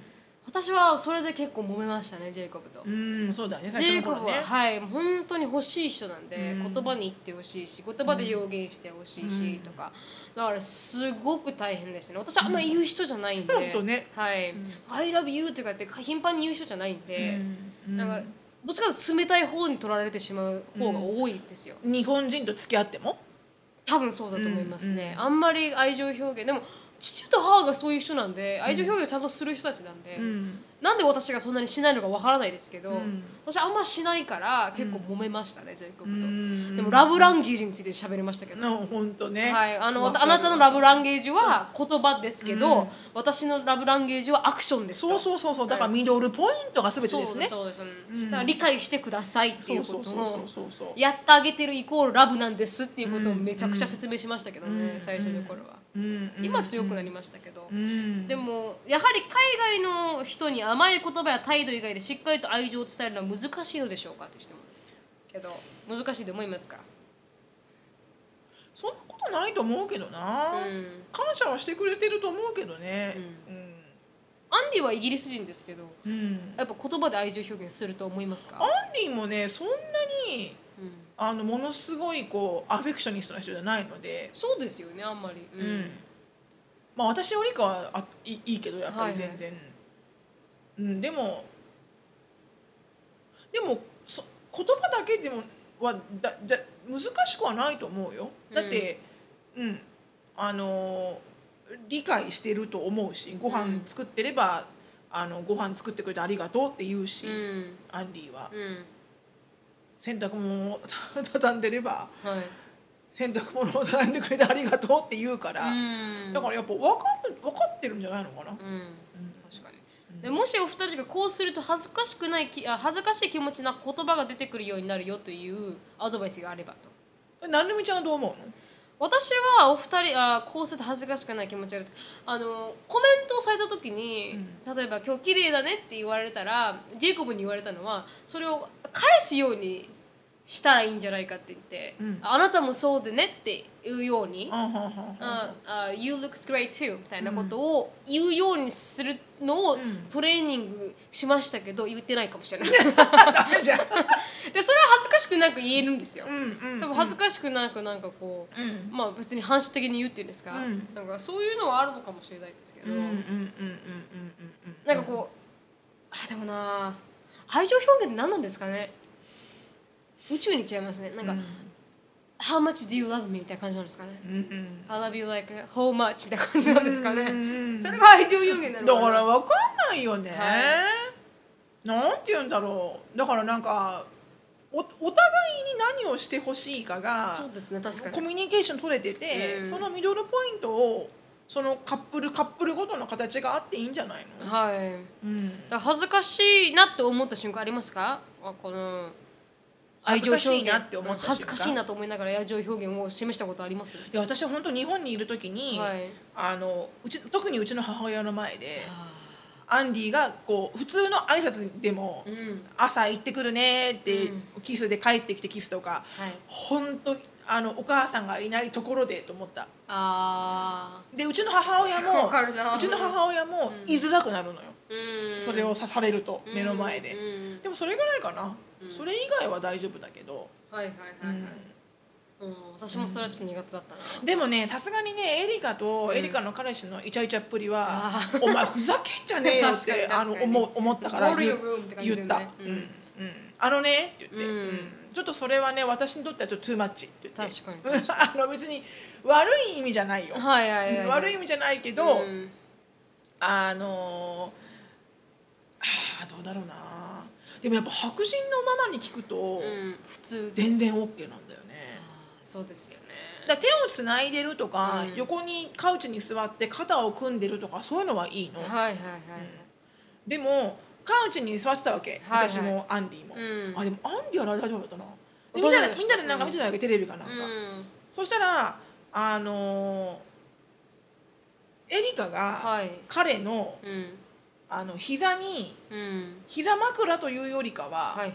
Speaker 1: 私はそれで結構揉めましたねジェイコブと、
Speaker 2: うん、そうだね
Speaker 1: ジ
Speaker 2: 最
Speaker 1: ェイ
Speaker 2: 初
Speaker 1: コ
Speaker 2: の
Speaker 1: ブ
Speaker 2: 頃
Speaker 1: は、
Speaker 2: ね
Speaker 1: はい本当に欲しい人なんで、
Speaker 2: うん
Speaker 1: 言葉に言ってほしいし言葉で表現してほしいし、
Speaker 2: うん
Speaker 1: とかだからすごく大変ですね私はあんま言う人じゃないんで、
Speaker 2: 本当ね
Speaker 1: はい、I love you とかって頻繁に言う人じゃないんで、
Speaker 2: うん
Speaker 1: なんかどっちかというと冷たい方に取られてしまう方が多いですよ、
Speaker 2: 日本人と付き合っても
Speaker 1: 多分そうだと思いますね、あんまり愛情表現でも父と母がそういう人なんで愛情表現をちゃんとする人たちなんで、
Speaker 2: うん
Speaker 1: なんで私がそんなにしないのかわからないですけど、
Speaker 2: うん
Speaker 1: 私あんましないから結構揉めましたね、ジェイコブと、
Speaker 2: ん
Speaker 1: でもラブランゲージについて喋りましたけど、
Speaker 2: うん本当ね
Speaker 1: はい、あの
Speaker 2: わかる
Speaker 1: あなたのラブランゲージは言葉ですけど、私のラブランゲージはアクションですと
Speaker 2: そうそうそうそうだからミドルポイントが全てですね
Speaker 1: そうですそうです、だから理解してくださいっていうこ
Speaker 2: そう
Speaker 1: と
Speaker 2: そうそうそうそう
Speaker 1: を
Speaker 2: そう
Speaker 1: やってあげてるイコールラブなんですっていうことをめちゃくちゃ説明しましたけどね、最初の頃は、
Speaker 2: うんうん
Speaker 1: 今はちょっと良くなりましたけど、
Speaker 2: うん
Speaker 1: でもやはり海外の人に甘い言葉や態度以外でしっかりと愛情を伝えるのは難しいのでしょうかという質問ですけど難しいと思いますか
Speaker 2: そんなことないと思うけどな、
Speaker 1: うん
Speaker 2: 感謝はしてくれてると思うけどねうん、
Speaker 1: アンディはイギリス人ですけど
Speaker 2: うん
Speaker 1: やっぱ言葉で愛情表現すると思いますか
Speaker 2: アンディもねそんなに
Speaker 1: うん、
Speaker 2: あのものすごいこうアフェクショニストな人じゃないので、
Speaker 1: そうですよねあんまり、う
Speaker 2: うんまあ私よりかはあいいいいけどやっぱり全然、うん、でもでもそ言言葉だけでもはだじゃ難しくはないと思うよだってうん、あの理解してると思うしご飯作ってれば、あのご飯作ってくれてありがとうって言うし、
Speaker 1: うん
Speaker 2: アンディは、
Speaker 1: うん
Speaker 2: 洗濯物を 畳んでれば
Speaker 1: はい
Speaker 2: 洗濯物を畳んでくれてありがとうって言うから、
Speaker 1: うん
Speaker 2: だからやっぱ分かる分かってるんじゃないのかな、
Speaker 1: うん
Speaker 2: うん
Speaker 1: 確かにでもしお二人がこうすると恥ずかしくないきあ恥ずかしい気持ちな言葉が出てくるようになるよというアドバイスがあればと
Speaker 2: なるみちゃんはどう思うの
Speaker 1: 私はお二人あこうすると恥ずかしくない気持ちがあるあのコメントをされた時に、例えば「今日綺麗だね」って言われたらジェイコブに言われたのはそれを返すようにしたらいいんじゃないかって言って「
Speaker 2: うん
Speaker 1: あなたもそうでね」って言うように
Speaker 2: あはんはんはん
Speaker 1: 「ああ You looks great too」みたいなことを言うようにするのを
Speaker 2: ん
Speaker 1: トレーニングしましたけど言ってないかもしれない で
Speaker 2: ダメじゃん。
Speaker 1: それは恥ずかしくなく言えるんですよ、
Speaker 2: うんうん。
Speaker 1: 多分恥ずかしくなくなんかこう、
Speaker 2: うん
Speaker 1: まあ別に反射的に言うっていうんですか、
Speaker 2: うん
Speaker 1: なんかそういうのはあるのかもしれないですけど、
Speaker 2: うんうんうんうんうんうん。
Speaker 1: なんかこうあでもな愛情表現って何なんですかね宇宙に行っちゃいますねなんか、How much do you love me?」みたいな感じなんですかね
Speaker 2: うんうん。
Speaker 1: I love you like how much みたいな感じなんですかね、
Speaker 2: うん
Speaker 1: それが愛情表現なのか
Speaker 2: だ
Speaker 1: な
Speaker 2: からわかんないよね
Speaker 1: は。
Speaker 2: なんて言うんだろう。だからなんかおお互いに何をしてほしいかが
Speaker 1: そうですね確か
Speaker 2: コ
Speaker 1: に
Speaker 2: ミュニケーション取れてて、
Speaker 1: うん
Speaker 2: そのミドルポイントをそのカップルカップルごとの形があっていいんじゃないの？
Speaker 1: はい
Speaker 2: うん。
Speaker 1: だから恥ずかしいなって思った瞬間ありますかあこの愛情表現
Speaker 2: 恥ずかしいなって思った瞬間
Speaker 1: 恥ずかしいなと思いながら愛情表現を示したことあります
Speaker 2: いや私は本当日本にいるときに、
Speaker 1: はい
Speaker 2: あのうち特にうちの母親の前で。アンディがこう普通の挨拶でも
Speaker 1: うん
Speaker 2: 「朝行ってくるね」って
Speaker 1: うん
Speaker 2: キスで帰ってきてキスとか
Speaker 1: はい
Speaker 2: 本当あのお母さんがいないところでと思った
Speaker 1: あ
Speaker 2: でうちの母親も
Speaker 1: わかるな
Speaker 2: うちの母親も
Speaker 1: うん
Speaker 2: 居づらくなるのよ、
Speaker 1: ーうん
Speaker 2: それを刺されると
Speaker 1: うん
Speaker 2: 目の前で、
Speaker 1: うん
Speaker 2: でもそれぐらいかな、
Speaker 1: うん
Speaker 2: それ以外は大丈夫だけど、
Speaker 1: はいはいはいはいうん私もそれはちょっと苦手だったな
Speaker 2: でもねさすがにねエリカと
Speaker 1: ん
Speaker 2: エリカの彼氏のイチャイチャっぷりは
Speaker 1: あ
Speaker 2: 「お前ふざけんじゃねえよ」って
Speaker 1: 確か
Speaker 2: あ
Speaker 1: に確
Speaker 2: の
Speaker 1: かに
Speaker 2: 思う思ったから
Speaker 1: Roll
Speaker 2: 言
Speaker 1: your room って感じだよ
Speaker 2: 言っ
Speaker 1: ね
Speaker 2: た、
Speaker 1: う
Speaker 2: うんんうんあのね」って言って、
Speaker 1: うん
Speaker 2: うんちょっとそれはね私にとってはちょっとトゥーマッチ」って言って
Speaker 1: 確かに
Speaker 2: あの別に悪い意味じゃないよ、
Speaker 1: はいはいはいはい
Speaker 2: 悪い意味じゃないけど、
Speaker 1: うん
Speaker 2: あのー、あーどうだろうなでもやっぱ白人のママに聞くと、
Speaker 1: うん普通
Speaker 2: 全然 OK なんだよね
Speaker 1: あ。ーそうですよね
Speaker 2: だから手をつないでるとか、
Speaker 1: うん
Speaker 2: 横にカウチに座って肩を組んでるとかそういうのはいいの、
Speaker 1: はいはいはいはい
Speaker 2: でもカウチに座ってたわけ、
Speaker 1: はいはい
Speaker 2: 私もアンディも、
Speaker 1: うん
Speaker 2: あでもアンディは大丈夫だったな
Speaker 1: 大丈
Speaker 2: でみ
Speaker 1: 夫
Speaker 2: んな
Speaker 1: でし
Speaker 2: で
Speaker 1: た
Speaker 2: みんなでなんか見てたわけ、テレビかなんか、
Speaker 1: うん
Speaker 2: そしたらあのーエリカが
Speaker 1: はい
Speaker 2: 彼の
Speaker 1: うん
Speaker 2: あの膝に
Speaker 1: うん
Speaker 2: 膝枕というよりかは、
Speaker 1: はいはい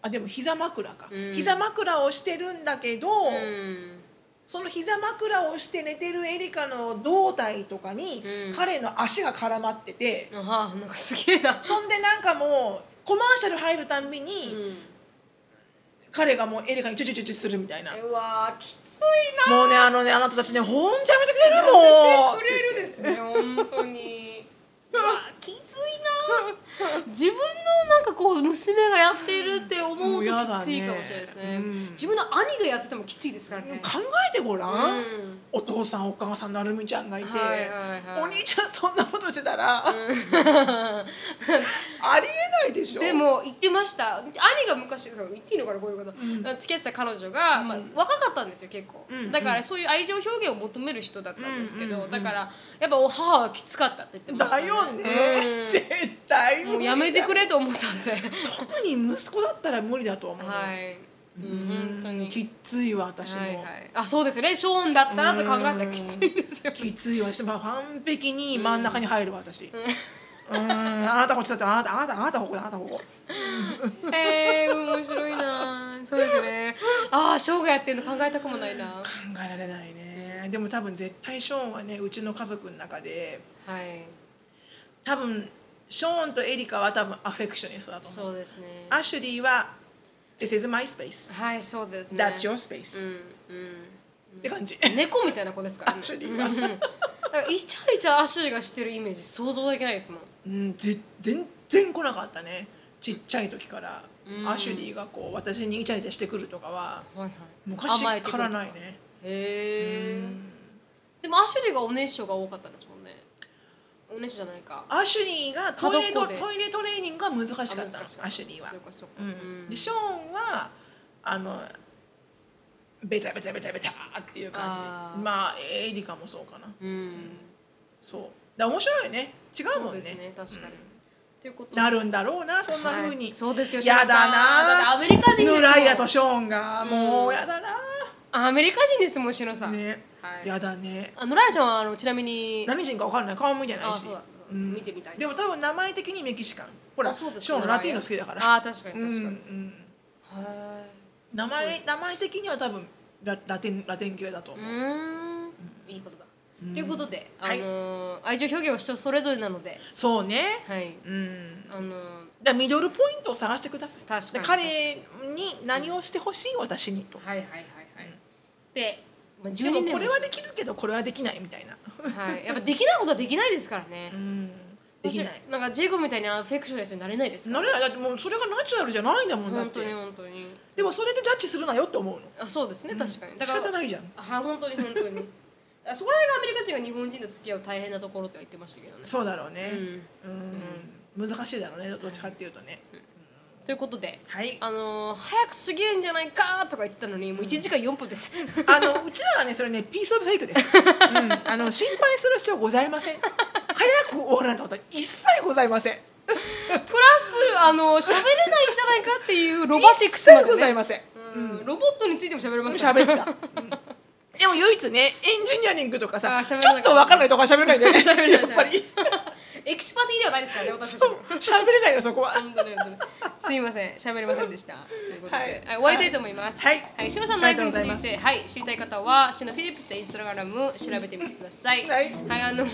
Speaker 2: あでも膝枕か、
Speaker 1: うん
Speaker 2: 膝枕をしてるんだけど、
Speaker 1: うん
Speaker 2: その膝枕をして寝てるエリカの胴体とかに、
Speaker 1: うん
Speaker 2: 彼の足が絡まってて、
Speaker 1: あーなんかすげえな
Speaker 2: そんでなんかもうコマーシャル入るたんびに、
Speaker 1: う
Speaker 2: 彼がもうエリカにチュチュチュチュするみたいな、
Speaker 1: んうわーきつい
Speaker 2: もうねあのねあなたたちねほんとやめてくれるの
Speaker 1: なくれるですね本当にうわーきついな自分のなんかこう娘がやってるって思うときついかもしれないですね
Speaker 2: もうやだねうん
Speaker 1: 自分の兄がやっててもきついですからね
Speaker 2: 考えてごらん、
Speaker 1: うん
Speaker 2: お父さんお母さんなるみちゃんがいて、
Speaker 1: はいはいはい
Speaker 2: お兄ちゃんそんなことしてたら、ありえないでしょ
Speaker 1: でも言ってました兄が昔そう言っていいのかなこういうこと、付き合ってた彼女が、まあ、若かったんですよ結構、
Speaker 2: んうん
Speaker 1: だからそういう愛情表現を求める人だったんですけど、
Speaker 2: うんうんうん
Speaker 1: だからやっぱお母はきつかったって言ってました
Speaker 2: だよね、絶対
Speaker 1: うんも
Speaker 2: 無理だ
Speaker 1: うやめてくれと思ったんで
Speaker 2: 特に息子だったら無理だと思う、
Speaker 1: はい、うん、本当に
Speaker 2: きっついわ私も、
Speaker 1: はいはい、あそうですよねショーンだったらと考えたらきついですよね
Speaker 2: きついわしまあ完璧に真ん中に入るわ私うんあなたこっちだってあなたあなたあなたここあなたここ
Speaker 1: えー、面白いなそうですよねああショーがやってるの考えたくもないな
Speaker 2: 考えられないねでも多分絶対ショーンはねうちの家族の中で
Speaker 1: はい
Speaker 2: 多分ショーンとエリカは多分アフェクショニストだと思
Speaker 1: そううですね
Speaker 2: アシュリーは「This is my space
Speaker 1: はいそうですね
Speaker 2: that's your space、
Speaker 1: うんうん
Speaker 2: って感じ
Speaker 1: 猫みたいな子ですから、ね、
Speaker 2: アシュリ
Speaker 1: う
Speaker 2: ー
Speaker 1: んだ
Speaker 2: は
Speaker 1: からイチャイチャアシュリーがしてるイメージ想像できないですもん
Speaker 2: うん、ぜ全然来なかったねちっちゃい時から、アシュリーがこう私にイチャイチャしてくるとかは
Speaker 1: はいはい
Speaker 2: 昔
Speaker 1: 甘えて
Speaker 2: か
Speaker 1: くる
Speaker 2: らないね
Speaker 1: へえでもアシュリーがおねしょが多かったですもんねおねしょじゃないか
Speaker 2: アシュリーがトイレ
Speaker 1: 家
Speaker 2: ト
Speaker 1: 族で
Speaker 2: トイレトレーニングが難しかったの
Speaker 1: あ難しかった
Speaker 2: アシュリーは
Speaker 1: そうかそうか
Speaker 2: う
Speaker 1: うん
Speaker 2: んでショーンはあのベタベタベタベタっていう感じ
Speaker 1: あー
Speaker 2: まあエリカもそうかな
Speaker 1: うん
Speaker 2: そうだから面白いね違う
Speaker 1: そ
Speaker 2: も
Speaker 1: うん
Speaker 2: ね
Speaker 1: ですね確かにということで
Speaker 2: なるんだろうなそんな風に、
Speaker 1: はいそうですよ
Speaker 2: やだ
Speaker 1: シノさんだって
Speaker 2: な
Speaker 1: アメリカ人ですもん
Speaker 2: ヌライダとショーンがも
Speaker 1: う
Speaker 2: うんやだな、
Speaker 1: アメリカ人ですもんしのさん、
Speaker 2: ね、
Speaker 1: はい
Speaker 2: やだね
Speaker 1: あのライちゃんはあのちなみに
Speaker 2: 何人か分かんない顔も見てない
Speaker 1: あ
Speaker 2: し
Speaker 1: そうだそうだ
Speaker 2: ん
Speaker 1: 見てみたい
Speaker 2: でも多分名前的にメキシカンほら
Speaker 1: あ
Speaker 2: シ
Speaker 1: そう
Speaker 2: ョ
Speaker 1: です
Speaker 2: ーンラティーノ好きだから
Speaker 1: あー確かに確かに、
Speaker 2: うんう
Speaker 1: は
Speaker 2: ん
Speaker 1: ーい
Speaker 2: 名前名前的には多分ララテンラテン系だと
Speaker 1: う
Speaker 2: 思
Speaker 1: ー
Speaker 2: う、
Speaker 1: んいいことだということで、あの
Speaker 2: はい
Speaker 1: ー愛情表現を人それぞれなので、
Speaker 2: そうね
Speaker 1: はい
Speaker 2: うん
Speaker 1: あのー
Speaker 2: だからミドルポイントを探してください
Speaker 1: 確かに
Speaker 2: で彼に何をしてほしい私にと、
Speaker 1: はいはいはいはい、で、まあ、
Speaker 2: で
Speaker 1: 12
Speaker 2: も
Speaker 1: 年
Speaker 2: これはできるけどこれはできないみたいな、
Speaker 1: はい、やっぱできないことはできないですからね、
Speaker 2: うん、できない
Speaker 1: 私なんかジェイコブみたいなフェクションレスになれないですか
Speaker 2: な
Speaker 1: ら
Speaker 2: れないだってもうそれがナチュラルじゃないんだもんだっ
Speaker 1: 本当に
Speaker 2: て
Speaker 1: 本当に
Speaker 2: でもそれでジャッジするなよって思うの
Speaker 1: あそうですね確かに、だ
Speaker 2: 仕
Speaker 1: から
Speaker 2: 方ないじゃん
Speaker 1: はい本当に本当に あそこら辺がアメリカ人が日本人と付き合う大変なところって言ってましたけどね
Speaker 2: そうだろうね
Speaker 1: う
Speaker 2: うん難しいだろうねどっちかっていうとね
Speaker 1: ということで
Speaker 2: はい
Speaker 1: あのー早く過ぎるんじゃないかとか言ってたのにもう1時間4分です、
Speaker 2: あのうちらはねそれねピースオブフェイクです、うん、あの心配する必要ございません早く終わらないってことは一切ございません
Speaker 1: プラスあの喋れないんじゃないかっていうロ
Speaker 2: ロ
Speaker 1: バティクスま
Speaker 2: ご
Speaker 1: で、
Speaker 2: ざい
Speaker 1: ね
Speaker 2: ません
Speaker 1: うん、ロボットについても喋れました
Speaker 2: 喋った、 うんでも唯一ねエンジニアリングとか
Speaker 1: あ
Speaker 2: さ
Speaker 1: ー
Speaker 2: ち
Speaker 1: 喋
Speaker 2: ょ
Speaker 1: らなかった
Speaker 2: っと分かんないとか喋れないんだよ ね
Speaker 1: 喋れない
Speaker 2: やっぱ り
Speaker 1: エキスパティではないですからね私たち
Speaker 2: そう
Speaker 1: も
Speaker 2: 喋れないよそこは
Speaker 1: 本当に本当に すいません喋れませんでしたということで、
Speaker 2: は
Speaker 1: はいい、終わりたいと思います
Speaker 2: はい
Speaker 1: はい、しのさんのライブにつ
Speaker 2: ありが
Speaker 1: い
Speaker 2: とう
Speaker 1: てはい知りたい方はしのフィリップスでインスタグラム調べてみてください
Speaker 2: はい
Speaker 1: あの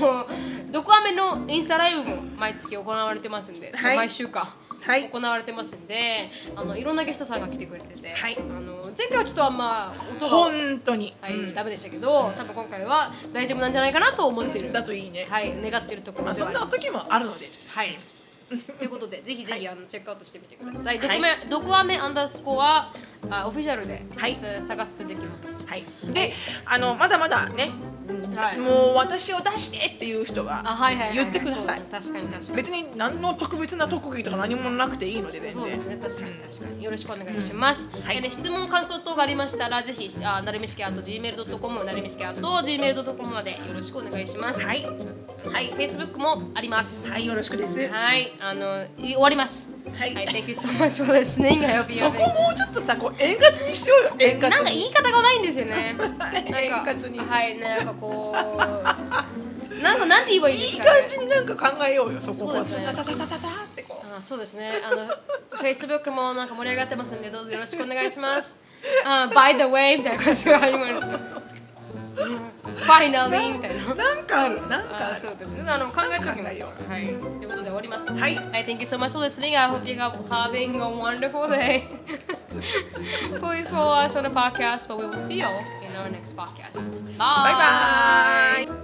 Speaker 1: どこアメのインスタライブも毎月行われてますんで、
Speaker 2: はい
Speaker 1: 毎週か
Speaker 2: はい
Speaker 1: 行われてますんであのいろんなゲストさんが来てくれてて、
Speaker 2: はい
Speaker 1: あの前回はちょっとあんま音が、はい
Speaker 2: 本当に、
Speaker 1: ダメでしたけど多分今回は大丈夫なんじゃないかなと思って
Speaker 2: うん
Speaker 1: る
Speaker 2: だといいね、
Speaker 1: はい願ってるところ
Speaker 2: まあ
Speaker 1: で
Speaker 2: そ
Speaker 1: はあ
Speaker 2: ん
Speaker 1: り
Speaker 2: な
Speaker 1: ます
Speaker 2: 時もあるので
Speaker 1: はい。 ということで、ぜひぜひあのチェックアウトしてみてください。ドクメ、ドクアメアンダースコアあオフィシャルで、
Speaker 2: はい
Speaker 1: それ探すとできます。
Speaker 2: はい、であのまだまだね、
Speaker 1: はい
Speaker 2: もう私を出してっていう人は
Speaker 1: あ、はいはいはい、
Speaker 2: 言ってください
Speaker 1: そうです確かに確かに。
Speaker 2: 別に何の特別な特技とか何もなくていいので全
Speaker 1: そうで
Speaker 2: 然
Speaker 1: すね、確かに確かに。よろしくお願いします。
Speaker 2: はい
Speaker 1: えーで質問、感想等がありましたら、ぜひ、あなるみしきあと gmail.com、なるみしきあと gmail.com までよろしくお願いします。
Speaker 2: はい、
Speaker 1: はい、Facebook もあります。
Speaker 2: はい、よろしくです、
Speaker 1: はい、あの、い終わります。
Speaker 2: はい
Speaker 1: はい、Thank you so much for listening. I hope you
Speaker 2: そ
Speaker 1: have
Speaker 2: こ
Speaker 1: a-
Speaker 2: もうちょっとさこう円滑にしようよ円滑に
Speaker 1: なんか言い方がないんですよ ね。なんか
Speaker 2: 円滑に
Speaker 1: はい、なんかこう。なんかなんて言えばいいです
Speaker 2: いい
Speaker 1: か、ね。
Speaker 2: 感じになんか考えようよそこ
Speaker 1: そう
Speaker 2: は
Speaker 1: ですね
Speaker 2: ささささささってこう
Speaker 1: あ、そうですね。あの、Facebook もなんか盛り上がってますんで、どうぞよろしくお願いします。あ、by the way みたいな感じが始まるん ですよ。Finally みたい な。
Speaker 2: なんかあるなんか
Speaker 1: あ
Speaker 2: ある
Speaker 1: そうです。あの考えておきます。
Speaker 2: 考
Speaker 1: はい。ということで終わります。
Speaker 2: はい
Speaker 1: はい、Thank you so much for listening. I hope you are having a wonderful day. Please follow us on the podcast, but we will see you all in our next podcast. Bye.
Speaker 2: バイバイ